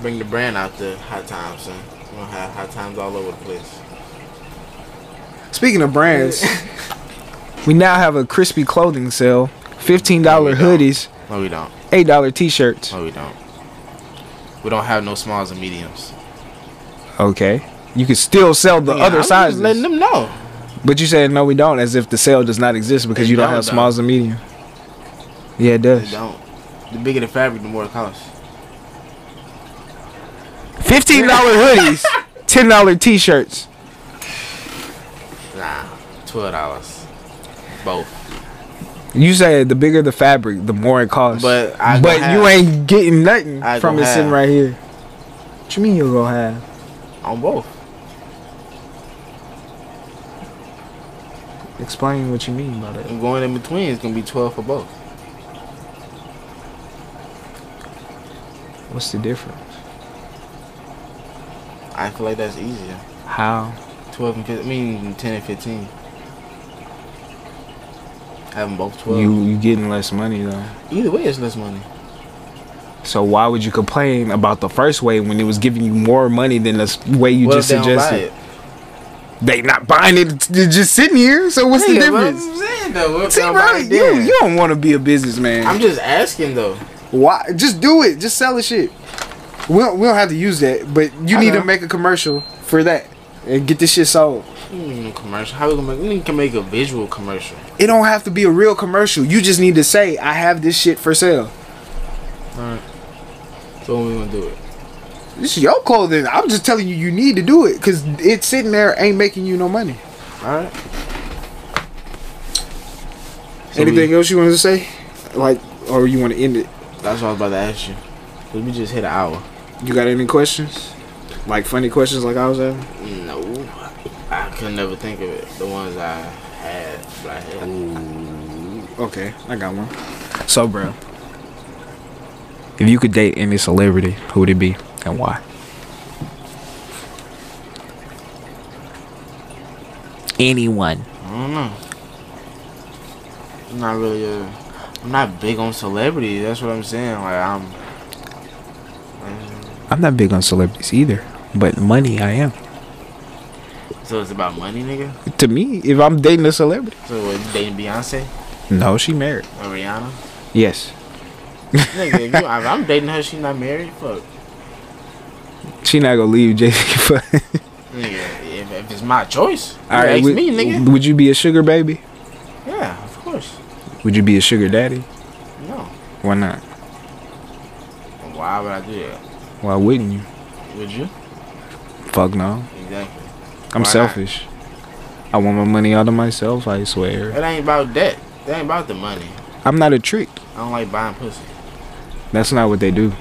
Speaker 2: Bring the brand out there. Hot times, son. We're gonna have hot times all over the place.
Speaker 1: Speaking of
Speaker 2: [LAUGHS]
Speaker 1: brands, we now have a crispy clothing sale. Fifteen dollar
Speaker 2: No, we don't.
Speaker 1: hoodies,
Speaker 2: No, we don't.
Speaker 1: eight dollar t-shirts.
Speaker 2: No, we don't. We don't have no smalls and mediums.
Speaker 1: Okay, you can still sell the
Speaker 2: Yeah, I'm
Speaker 1: other
Speaker 2: just
Speaker 1: sizes,
Speaker 2: Letting them know.
Speaker 1: but you said no, we don't. As if the sale does not exist because
Speaker 2: It
Speaker 1: you don't
Speaker 2: don't,
Speaker 1: have
Speaker 2: though.
Speaker 1: smalls and medium. Yeah, it
Speaker 2: They
Speaker 1: does.
Speaker 2: don't. The bigger the fabric, the more it costs.
Speaker 1: Fifteen
Speaker 2: [LAUGHS]
Speaker 1: dollar hoodies, ten dollar t-shirts.
Speaker 2: Nah, twelve dollars. Both.
Speaker 1: You said the bigger the fabric, the more it costs.
Speaker 2: But I
Speaker 1: but
Speaker 2: gonna
Speaker 1: you
Speaker 2: have-
Speaker 1: ain't getting nothing
Speaker 2: I
Speaker 1: from it
Speaker 2: gonna
Speaker 1: sitting
Speaker 2: have.
Speaker 1: right here. What you mean you gonna have?
Speaker 2: on both.
Speaker 1: Explain what you mean by that.
Speaker 2: And going in between is gonna be twelve for both.
Speaker 1: What's the difference?
Speaker 2: I feel like that's easier.
Speaker 1: How?
Speaker 2: Twelve and fifteen. I mean, ten and fifteen. Having both twelve.
Speaker 1: you you getting less money though.
Speaker 2: Either way, it's less money.
Speaker 1: So why would you complain about the first way when it was giving you more money than the s- way you
Speaker 2: What
Speaker 1: just
Speaker 2: if they don't buy
Speaker 1: suggested?
Speaker 2: it?
Speaker 1: They not buying it; they're just sitting here. So what's the
Speaker 2: Nigga, but
Speaker 1: difference?
Speaker 2: I'm saying though, what if
Speaker 1: See,
Speaker 2: they don't
Speaker 1: bro,
Speaker 2: buy it
Speaker 1: you
Speaker 2: then?
Speaker 1: you don't want to be a businessman.
Speaker 2: I'm just asking though.
Speaker 1: why? Just do it. Just sell the shit.
Speaker 4: We don't, we don't have to use that, but you
Speaker 1: I
Speaker 4: need
Speaker 1: know.
Speaker 4: to make a commercial for that and get this shit sold.
Speaker 2: We need a Hmm, commercial. How we gonna make? We need to make a visual commercial.
Speaker 4: It don't have to be a real commercial. You just need to say, "I have this shit for sale."
Speaker 2: So when we gonna do it?
Speaker 4: This is your clothing. I'm just telling you, you need to do it because it's sitting there ain't making you no money.
Speaker 2: All right. So
Speaker 4: Anything else you want to say? Like, or you want to end it?
Speaker 2: we- that's what I was about to ask you. 'Cause we just hit an hour.
Speaker 4: You got any questions? Like funny questions, like I was having.
Speaker 2: No, I could never think of it. The ones I had, but I had.
Speaker 1: Mm-hmm.
Speaker 4: Okay, I got one.
Speaker 1: So, bro, if you could date any celebrity, who would it be and why? Anyone.
Speaker 2: I don't know. I'm not really. A, I'm not big on celebrities. That's what I'm saying. Like I'm. um,
Speaker 1: I'm not big on celebrities either, but money I am.
Speaker 2: So it's about money, nigga.
Speaker 1: To me, if I'm dating a celebrity,
Speaker 2: So what, you dating Beyonce
Speaker 1: no, she married. [LAUGHS]
Speaker 2: or Rihanna?
Speaker 1: Yes,
Speaker 2: nigga, if, you, if I'm dating her, she not married. Fuck.
Speaker 1: she not gonna leave Jay. [LAUGHS] for
Speaker 2: Nigga, if, if it's my choice, you
Speaker 1: All right,
Speaker 2: ask
Speaker 1: would,
Speaker 2: me, nigga.
Speaker 1: would you be a sugar baby?
Speaker 2: yeah, of course.
Speaker 1: Would you be a sugar daddy?
Speaker 2: No.
Speaker 1: Why not?
Speaker 2: Why would I do that?
Speaker 1: Why wouldn't you?
Speaker 2: Would you?
Speaker 1: Fuck no.
Speaker 2: Exactly. Why
Speaker 1: I'm
Speaker 2: not?
Speaker 1: selfish. I want my money all to myself. I swear.
Speaker 2: It ain't about that. It ain't about the money.
Speaker 1: I'm not a trick.
Speaker 2: I don't like buying pussy.
Speaker 1: That's not what they do.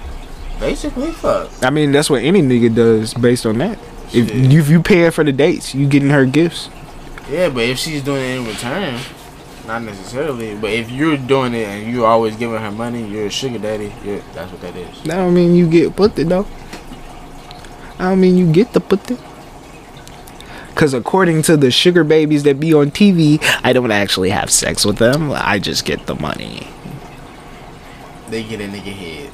Speaker 2: Basically, fuck.
Speaker 1: I mean, that's what any nigga does based on that. If
Speaker 2: Shit.
Speaker 1: you, if you paying for the dates, you getting her gifts.
Speaker 2: Yeah, but if she's doing it in return, not necessarily. But if you're doing it and you're always giving her money, you're a sugar daddy. You're, that's what that is.
Speaker 1: That don't mean you get put it though. I don't mean you get the put it. Cause according to the sugar babies that be on TV, I don't actually have sex with them. I just get the money.
Speaker 2: They get a nigga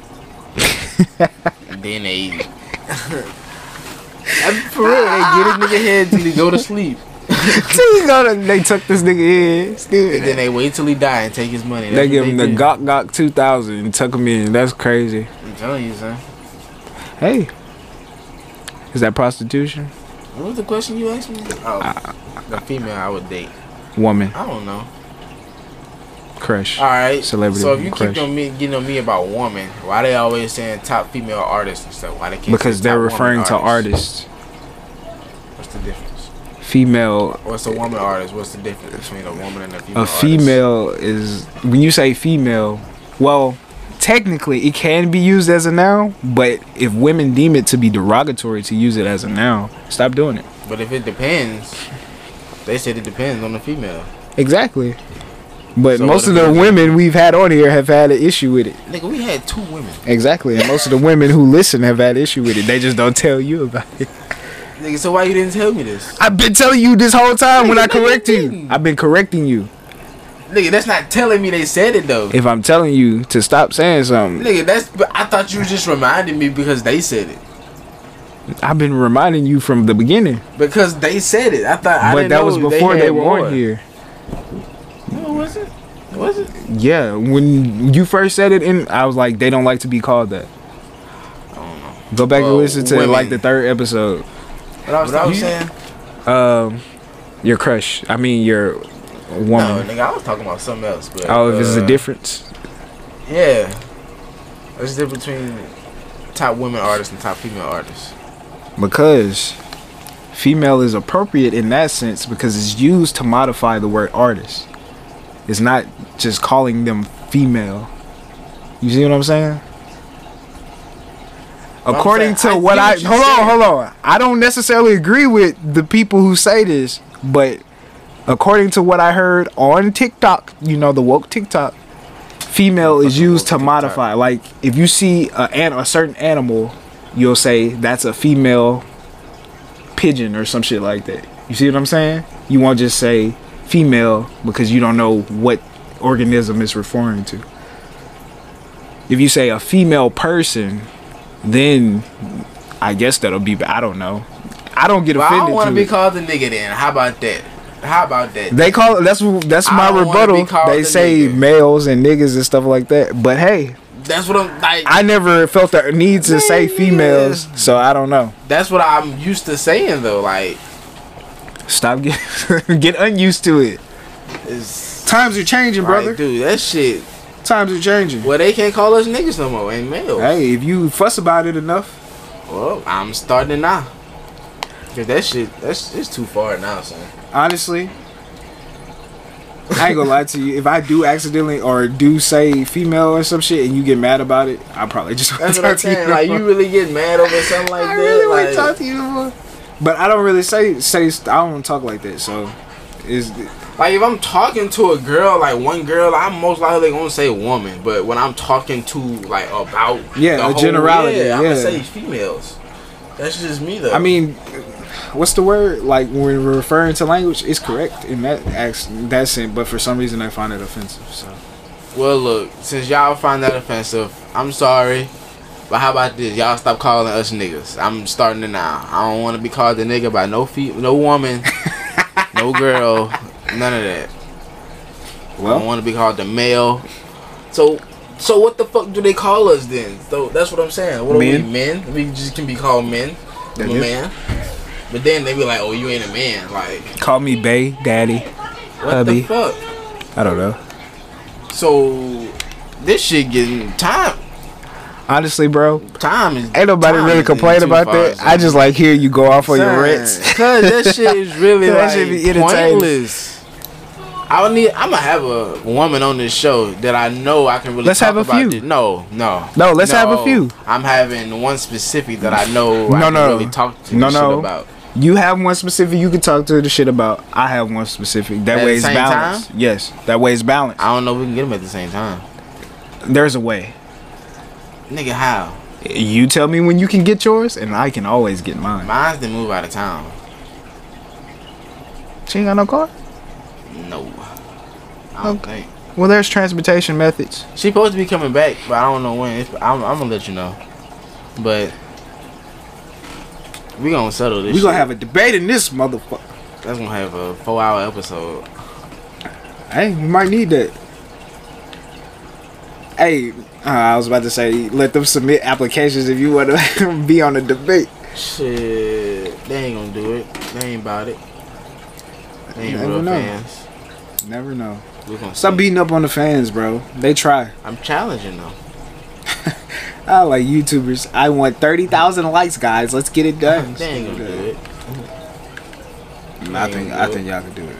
Speaker 2: head. [LAUGHS] then they eat. it. I'm- For real, they get a nigga head till he go to sleep.
Speaker 1: See, [LAUGHS] you know, they took this nigga in. Still,
Speaker 2: And then they wait till he die and take his money.
Speaker 1: They
Speaker 2: That's
Speaker 1: give
Speaker 2: what
Speaker 1: him the
Speaker 2: do.
Speaker 1: Gok Gok 2000 and tuck him in. That's crazy.
Speaker 2: I'm telling you, son.
Speaker 1: Hey, is that prostitution?
Speaker 2: What was the question you asked me? Oh, the female I would date.
Speaker 1: Woman,
Speaker 2: I don't know.
Speaker 1: crush.
Speaker 2: All right.
Speaker 1: Celebrity
Speaker 2: So if you
Speaker 1: crush.
Speaker 2: keep on me getting on me about women, why they always saying top female artists and stuff? Why they can't?
Speaker 1: Because
Speaker 2: say
Speaker 1: they're
Speaker 2: top woman
Speaker 1: referring to artists.
Speaker 2: What's the difference?
Speaker 1: Female,
Speaker 2: What's a woman artist? What's the difference between a woman and a female?
Speaker 1: a
Speaker 2: artist?
Speaker 1: female is when you say female. Well, technically, it can be used as a noun, but if women deem it to be derogatory to use it as a noun, stop doing it.
Speaker 2: But if it depends, they said it depends on the female.
Speaker 1: Exactly. But
Speaker 2: So
Speaker 1: most
Speaker 2: what
Speaker 1: of
Speaker 2: if
Speaker 1: the
Speaker 2: it-
Speaker 1: women we've had on here have had an issue with it.
Speaker 2: Nigga, we had two women.
Speaker 1: Exactly, and most of the women who listen have had issue with it. They just don't tell you about it.
Speaker 2: Nigga, so why you didn't tell me this?
Speaker 1: I've been telling you this whole time
Speaker 2: [LAUGHS]
Speaker 1: when I correct you.
Speaker 2: didn't.
Speaker 1: I've been correcting you.
Speaker 2: Nigga, that's not telling me they said it though.
Speaker 1: If I'm telling you to stop saying something,
Speaker 2: Nigga, that's. but I thought you just reminded me because they said it.
Speaker 1: I've been reminding you from the beginning.
Speaker 2: Because they said it. I thought. I
Speaker 1: but
Speaker 2: didn't
Speaker 1: that
Speaker 2: know
Speaker 1: was before
Speaker 2: had
Speaker 1: they, were
Speaker 2: more.
Speaker 1: on here.
Speaker 2: No, was it? Was it?
Speaker 1: Yeah, when you first said it, and I was like, they don't like to be called that. Go back
Speaker 2: Well,
Speaker 1: and listen to
Speaker 2: women.
Speaker 1: like the third episode.
Speaker 2: But I was,
Speaker 5: But I was
Speaker 2: saying.
Speaker 1: Um, your crush. I mean, your
Speaker 2: No,
Speaker 1: woman.
Speaker 2: nigga, I was talking about something else. But,
Speaker 1: oh, if it's
Speaker 2: uh,
Speaker 1: a difference.
Speaker 2: Yeah. What's the difference between top women artists and top female artists?
Speaker 1: because female is appropriate in that sense because it's used to modify the word artist. It's not just calling them female. You see what I'm saying?
Speaker 2: I'm
Speaker 1: According
Speaker 2: saying-
Speaker 1: to
Speaker 2: I
Speaker 1: what
Speaker 2: get
Speaker 1: I
Speaker 2: what you're
Speaker 1: hold on,
Speaker 2: saying.
Speaker 1: hold on. I don't necessarily agree with the people who say this, but according to what I heard on TikTok, you know the woke TikTok, female is used to
Speaker 2: TikTok.
Speaker 1: modify. Like if you see a, an, a certain animal, you'll say that's a female pigeon or some shit like that. You see what I'm saying? You won't just say female because you don't know what organism it's referring to. If you say a female person, then I guess that'll be. I don't know. I don't get
Speaker 2: But I
Speaker 1: offended.
Speaker 2: don't want to
Speaker 1: to
Speaker 2: be
Speaker 1: it.
Speaker 2: called a nigga then. How about that? How about that?
Speaker 1: They call that's that's
Speaker 2: I
Speaker 1: my
Speaker 2: don't wanna be
Speaker 1: rebuttal.
Speaker 2: called
Speaker 1: They
Speaker 2: a
Speaker 1: say
Speaker 2: nigga.
Speaker 1: males and niggas and stuff like that. But hey,
Speaker 2: That's what I'm like.
Speaker 1: I never felt the need to say females, so I don't know.
Speaker 2: that's what I'm used to saying though. Like,
Speaker 1: Stop get get unused to it.
Speaker 2: it's
Speaker 4: Times are changing,
Speaker 2: brother,
Speaker 4: brother.
Speaker 2: like, dude. That shit.
Speaker 4: Times are changing.
Speaker 2: Well, they can't call us niggas no more. Ain't male.
Speaker 1: Hey, if you fuss about it enough,
Speaker 2: Well, I'm starting now. Cause that shit, that's it's too far now, son.
Speaker 1: honestly, I ain't gonna lie to you. If I do accidentally or do say female or some shit, and you get mad about it, I probably just won't
Speaker 2: That's what I'm
Speaker 1: talk to you.
Speaker 2: saying.
Speaker 1: no
Speaker 2: Like
Speaker 1: more. [LAUGHS]
Speaker 2: you really get mad over something like
Speaker 4: I
Speaker 2: that.
Speaker 4: really want
Speaker 2: like,
Speaker 4: to talk to you. no more.
Speaker 1: But I don't really say say I don't talk like that. So is
Speaker 2: Like if I'm talking to a girl, like one girl, I'm most likely gonna say woman. But when I'm talking to like about
Speaker 1: Yeah, a generality, yeah.
Speaker 2: I'm gonna say females. That's just me though.
Speaker 1: I mean, what's the word like when we're referring to language? It's correct in that acts that sense, but for some reason I find it offensive. So
Speaker 2: well, look, since y'all find that offensive, I'm sorry. But how about this? Y'all stop calling us niggas. I'm starting to now. I don't want to be called a nigga by no feet, no woman,
Speaker 1: [LAUGHS]
Speaker 2: no girl, none of that. I don't
Speaker 1: well,
Speaker 2: want to be called the male. So, so what the fuck do they call us then? So that's what I'm saying. What are we
Speaker 1: Men.
Speaker 2: men? We just can be called men.
Speaker 1: That
Speaker 2: I'm a
Speaker 1: is-
Speaker 2: man. But then they be like, "Oh, you ain't a man." Like,
Speaker 1: call me Bay Daddy.
Speaker 2: what
Speaker 1: Hubby.
Speaker 2: the fuck?
Speaker 1: I don't know.
Speaker 2: So this shit getting time.
Speaker 1: Honestly, bro,
Speaker 2: Time is.
Speaker 1: ain't nobody
Speaker 2: time
Speaker 1: really
Speaker 2: is getting
Speaker 1: complain
Speaker 2: too
Speaker 1: about
Speaker 2: far,
Speaker 1: that.
Speaker 2: son.
Speaker 1: I just like hear you go off on your
Speaker 4: Son.
Speaker 1: rants. [LAUGHS]
Speaker 2: [LAUGHS] Cause that shit is really
Speaker 1: That
Speaker 2: like
Speaker 1: should be entertaining.
Speaker 2: pointless. I would need. I'm gonna have a woman on this show that I know I can really.
Speaker 1: Let's
Speaker 2: talk
Speaker 1: have a
Speaker 2: about
Speaker 1: few.
Speaker 2: this- No, no,
Speaker 1: No, let's have a few.
Speaker 2: I'm having one specific that I know. I
Speaker 1: No,
Speaker 2: can
Speaker 1: no.
Speaker 2: really talk to
Speaker 1: No,
Speaker 2: this shit
Speaker 1: no.
Speaker 2: about.
Speaker 1: You have one specific you can talk to the shit about. I have one specific. That
Speaker 2: At
Speaker 1: way
Speaker 2: the
Speaker 1: it's
Speaker 2: same
Speaker 1: balanced. Yes, that way it's balanced.
Speaker 2: I don't know if we can get them at the same time.
Speaker 1: There's a way.
Speaker 2: Nigga, how?
Speaker 1: You tell me when you can get yours, and I can always get mine.
Speaker 2: Mine's to move out of town.
Speaker 1: She ain't got no car.
Speaker 2: No, I don't think
Speaker 1: Well, there's transportation methods.
Speaker 2: she supposed to be coming back, but I don't know when. It's, I'm, I'm gonna let you know. But we gonna settle this.
Speaker 1: We gonna
Speaker 2: shit.
Speaker 1: have a debate in this motherfucker.
Speaker 2: That's gonna have a four hour episode.
Speaker 1: Hey, we might need that. Hey, uh, I was about to say, let them submit applications if you want to [LAUGHS] be on a debate.
Speaker 2: Shit, they ain't gonna do it. They ain't about it. They ain't
Speaker 1: Never
Speaker 2: real
Speaker 1: know.
Speaker 2: fans.
Speaker 1: Never know.
Speaker 2: We gonna
Speaker 1: Stop
Speaker 2: see.
Speaker 1: beating up on the fans, bro. They try.
Speaker 2: I'm challenging them.
Speaker 1: I like YouTubers. I want 30,000 likes, guys. Let's get it done.
Speaker 2: [LAUGHS] They ain't gonna do it.
Speaker 1: Mm-hmm. I think I think y'all can do it.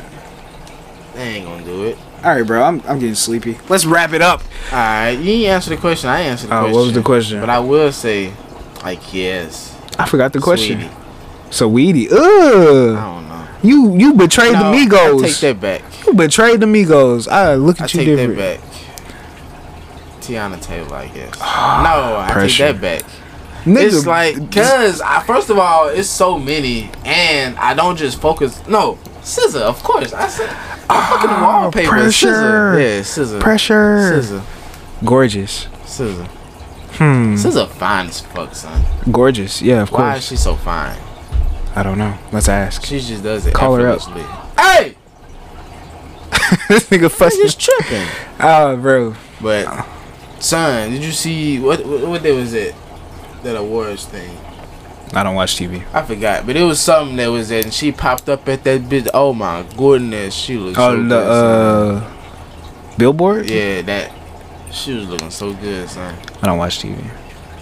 Speaker 2: They ain't gonna do it.
Speaker 1: All right, bro. I'm, I'm getting sleepy. Let's wrap it up.
Speaker 2: All right, you ain't answer the question. I answered the
Speaker 1: Uh,
Speaker 2: question.
Speaker 1: what was the question?
Speaker 2: But I will say, like yes.
Speaker 1: I forgot the question.
Speaker 2: sweetie.
Speaker 1: So weedy.
Speaker 2: I
Speaker 1: Ugh.
Speaker 2: don't know.
Speaker 1: You you betrayed
Speaker 2: No,
Speaker 1: the Migos.
Speaker 2: I take that back.
Speaker 1: You betrayed the Migos. I look
Speaker 2: I
Speaker 1: at
Speaker 2: take
Speaker 1: you different.
Speaker 2: that back. Tiana Taylor, I guess. no, I
Speaker 1: Ah, pressure.
Speaker 2: take that back.
Speaker 1: Nigga,
Speaker 2: It's like, cause I first of all, it's so many, and I don't just focus. No, scissor, of course. I said, I'm fucking wallpaper. Scissor,
Speaker 1: Ah, pressure.
Speaker 2: yeah, scissor,
Speaker 1: pressure.
Speaker 2: scissor,
Speaker 1: Gorgeous.
Speaker 2: scissor.
Speaker 1: Hmm.
Speaker 2: Scissor, fine as fuck, son.
Speaker 1: Gorgeous. Yeah, of
Speaker 2: Why is
Speaker 1: course.
Speaker 2: she so fine?
Speaker 1: I don't know. Let's ask.
Speaker 2: She just does it.
Speaker 1: Call her up.
Speaker 2: effortlessly. Hey,
Speaker 1: [LAUGHS] this nigga
Speaker 2: this is
Speaker 1: fussing.
Speaker 2: tripping.
Speaker 1: Oh, bro.
Speaker 2: But, son, did you see what what, what day was it? That awards thing.
Speaker 1: I don't watch TV.
Speaker 2: I forgot, but it was something that was that, and she popped up at that bitch. Oh my goodness, she looks.
Speaker 1: Oh,
Speaker 2: so
Speaker 1: the
Speaker 2: good, son.
Speaker 1: uh, Billboard.
Speaker 2: Yeah, that she was looking so good, son.
Speaker 1: I don't watch TV.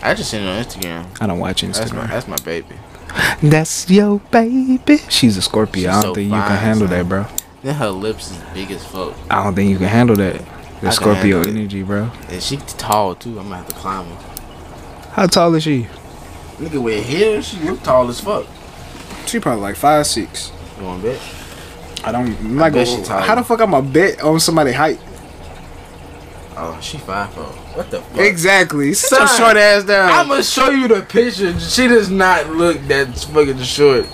Speaker 2: I just seen it on Instagram.
Speaker 1: I don't watch
Speaker 2: That's my
Speaker 1: Instagram.
Speaker 2: that's my baby.
Speaker 1: That's, your baby. She's a Scorpio.
Speaker 2: She's
Speaker 1: I don't
Speaker 2: so
Speaker 1: think you
Speaker 2: fine,
Speaker 1: can handle
Speaker 2: son.
Speaker 1: that, bro.
Speaker 2: Then her lips is big as fuck,
Speaker 1: I don't think you can handle that.
Speaker 2: I can
Speaker 1: The Scorpio
Speaker 2: handle it.
Speaker 1: energy, bro.
Speaker 2: and she tall too. I'm gonna have to climb her.
Speaker 1: How tall is she?
Speaker 2: Nigga with hair, she look tall as fuck.
Speaker 1: She probably like five six.
Speaker 2: You want bet?
Speaker 1: I don't. I'm not
Speaker 2: bet
Speaker 1: gonna-
Speaker 2: she tall.
Speaker 1: How the fuck I'm a bet on somebody height?
Speaker 2: Oh, she five foot. What the fuck?
Speaker 1: Exactly. Sit your
Speaker 2: Son,
Speaker 1: short ass down.
Speaker 2: I'm gonna show you the picture. She does not look that fucking short.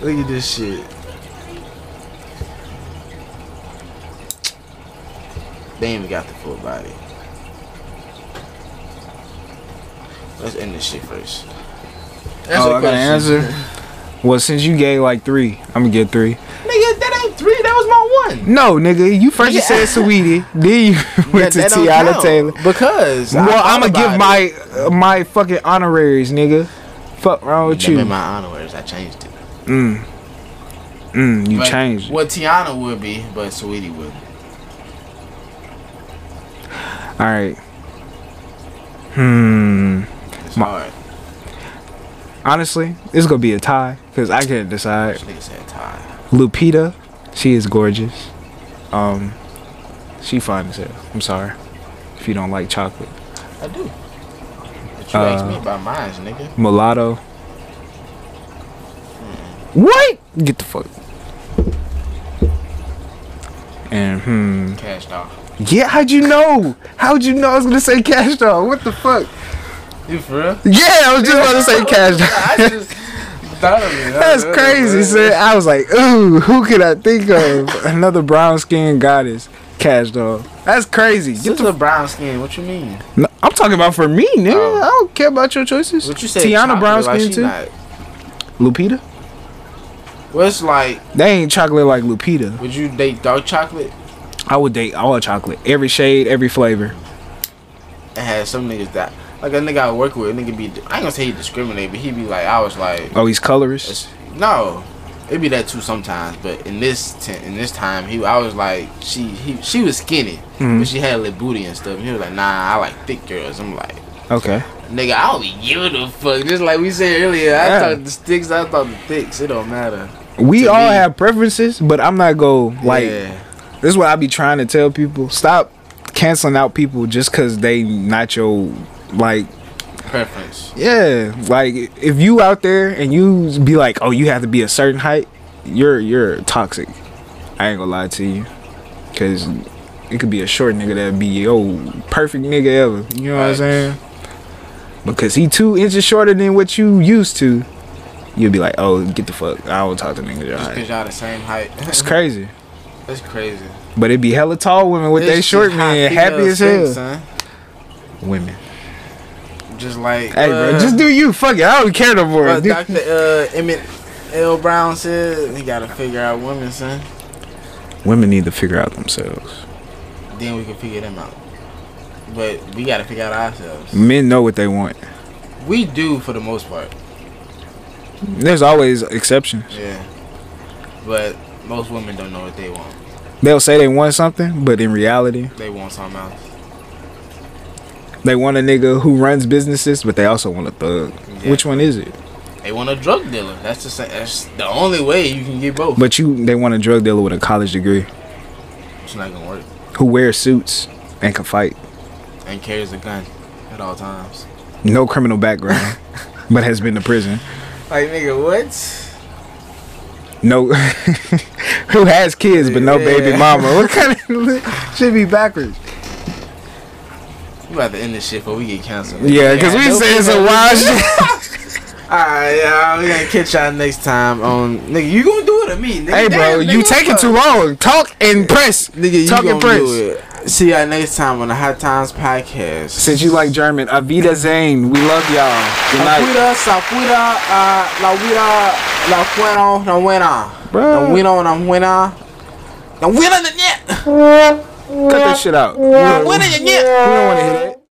Speaker 2: Look at this shit. They ain't even got the full body. Let's end this shit first. Answer
Speaker 1: oh,
Speaker 2: the
Speaker 1: I got an
Speaker 2: question.
Speaker 1: answer. Well, since you gave like three, I'm gonna get three.
Speaker 2: Nigga, that ain't three. That was my one.
Speaker 1: No, nigga, you first you
Speaker 2: Nigga,
Speaker 1: said
Speaker 2: [LAUGHS]
Speaker 1: Sweetie, then you [LAUGHS] went to
Speaker 2: That don't
Speaker 1: Tiana
Speaker 2: count,
Speaker 1: Taylor.
Speaker 2: Because I
Speaker 1: Well,
Speaker 2: thought
Speaker 1: I'm gonna give
Speaker 2: about it.
Speaker 1: my uh, my fucking honoraries, nigga. Fuck wrong with
Speaker 2: Them
Speaker 1: you?
Speaker 2: in my honoraries, I changed it.
Speaker 1: Mm. Mm, you
Speaker 2: But
Speaker 1: changed. it.
Speaker 2: What Tiana would be, but Sweetie would.
Speaker 1: All right. Hmm.
Speaker 2: It's
Speaker 1: My-
Speaker 2: hard.
Speaker 1: Honestly, it's gonna be a tie because I can't decide.
Speaker 2: This nigga said Ty.
Speaker 1: Lupita, she is gorgeous. Um, she fine as hell. I'm sorry if you don't like chocolate.
Speaker 2: I do. But you
Speaker 1: Uh,
Speaker 2: asked me about mine, nigga.
Speaker 1: Mulatto. What? Get the fuck. And hmm.
Speaker 2: Cashed off.
Speaker 1: Yeah, how'd you know? How'd you know I was gonna say cash dog? What the fuck?
Speaker 2: You for real?
Speaker 1: Yeah, I was just about to say [LAUGHS] cash
Speaker 2: [LAUGHS] I
Speaker 1: dog.
Speaker 2: just thought of it.
Speaker 1: That's crazy, son. I was like, ooh, who could I think of? Another brown skinned goddess, cash dog. That's crazy. Get
Speaker 2: Get
Speaker 1: the,
Speaker 2: the brown skin. What you mean?
Speaker 1: No, I'm talking about for me, nigga.
Speaker 2: Oh.
Speaker 1: I don't care about your choices.
Speaker 2: What you said?
Speaker 1: Tiana
Speaker 2: chocolate,
Speaker 1: brown
Speaker 2: like
Speaker 1: skin
Speaker 2: she
Speaker 1: too.
Speaker 2: not-
Speaker 1: Lupita?
Speaker 2: Well, it's like,
Speaker 1: They ain't chocolate like Lupita.
Speaker 2: would you date dark chocolate?
Speaker 1: I would date all chocolate, every shade, every flavor.
Speaker 2: I had some niggas that, like a nigga I work with, a nigga be, I ain't gonna say he discriminate, but he be like, I was like,
Speaker 1: Oh, he's colorist.
Speaker 2: It's- No, it be that too sometimes. But in this t- in this time, he I was like she he she was skinny,
Speaker 1: Mhm.
Speaker 2: but she had a little booty and stuff. And he was like, Nah, I like thick girls. I'm like,
Speaker 1: Okay.
Speaker 2: Nigga, I don't give a fuck. Just like we said earlier,
Speaker 1: Yeah.
Speaker 2: I thought the sticks, I thought the thicks. It don't matter.
Speaker 1: We
Speaker 2: To
Speaker 1: all
Speaker 2: me-
Speaker 1: have preferences, but I'm not go like
Speaker 2: yeah.
Speaker 1: This is what I be trying to tell people. Stop canceling out people just cause they not your like
Speaker 2: preference.
Speaker 1: yeah. Like if you out there and you be like, oh, you have to be a certain height, you're you're toxic. I ain't gonna lie to you, cause it could be a short nigga that be yo perfect nigga ever. You know what I'm
Speaker 2: Facts.
Speaker 1: saying? Because he two inches shorter than what you used to, you'll be like, oh, get the fuck. I don't talk to niggas your
Speaker 2: Just
Speaker 1: height.
Speaker 2: cause y'all the same height. [LAUGHS]
Speaker 1: It's crazy.
Speaker 2: That's crazy.
Speaker 1: But it be hella tall women with
Speaker 2: It's
Speaker 1: they
Speaker 2: just
Speaker 1: short
Speaker 2: how
Speaker 1: men, happy as
Speaker 2: females think,
Speaker 1: hell.
Speaker 2: son.
Speaker 1: Women.
Speaker 2: Just like
Speaker 1: Hey, bro,
Speaker 2: uh,
Speaker 1: just do you. Fuck it. I don't care no more.
Speaker 2: Well,
Speaker 1: Do-
Speaker 2: Dr. Uh, Emmett L. Brown said he gotta figure out women, son.
Speaker 1: Women need to figure out themselves.
Speaker 2: Then we can figure them out. But we gotta figure out ourselves.
Speaker 1: Men know what they want.
Speaker 2: We do for the most part.
Speaker 1: There's always exceptions.
Speaker 2: Yeah. But most women don't know what they want.
Speaker 1: They'll say they want something, but in reality,
Speaker 2: They want something else.
Speaker 1: they want a nigga who runs businesses, but they also want a thug.
Speaker 2: Yeah.
Speaker 1: Which one is it?
Speaker 2: They want a drug dealer. That's the same. That's the only way you can get both.
Speaker 1: But you, they want a drug dealer with a college degree
Speaker 2: it's not gonna work.
Speaker 1: who wears suits and can fight,
Speaker 2: And carries a gun at all times.
Speaker 1: no criminal
Speaker 2: [LAUGHS]
Speaker 1: background, but has been to prison.
Speaker 2: Like nigga, what?
Speaker 1: No, [LAUGHS] who has kids but no baby
Speaker 2: Yeah.
Speaker 1: mama? What kind
Speaker 2: [LAUGHS]
Speaker 1: of should be backwards?
Speaker 2: We about to end this shit before we get canceled.
Speaker 1: Yeah, because we
Speaker 2: no
Speaker 1: saying some
Speaker 2: female-
Speaker 1: wild shit.
Speaker 2: [LAUGHS] Alright, y'all. We gonna catch y'all next time on. Nigga, you gonna do it to me, nigga.
Speaker 1: Hey, bro,
Speaker 2: Damn,
Speaker 1: you
Speaker 2: nigga,
Speaker 1: taking
Speaker 2: fuck.
Speaker 1: too long. Talk and press.
Speaker 2: Nigga, you
Speaker 1: Talk
Speaker 2: gonna
Speaker 1: and press.
Speaker 2: do it. See y'all next time on the Hot Times Podcast.
Speaker 1: Since you like German, Avida Zane, we love y'all. Good
Speaker 2: La
Speaker 1: night.
Speaker 2: cuida, sa cuida, ah, la cuida, la fuera, la buena. La
Speaker 1: Bro,
Speaker 2: buena, la buena. La buena, la net.
Speaker 1: cut that shit out. We
Speaker 2: La
Speaker 1: don't,
Speaker 2: buena, la net.
Speaker 1: want to hear that.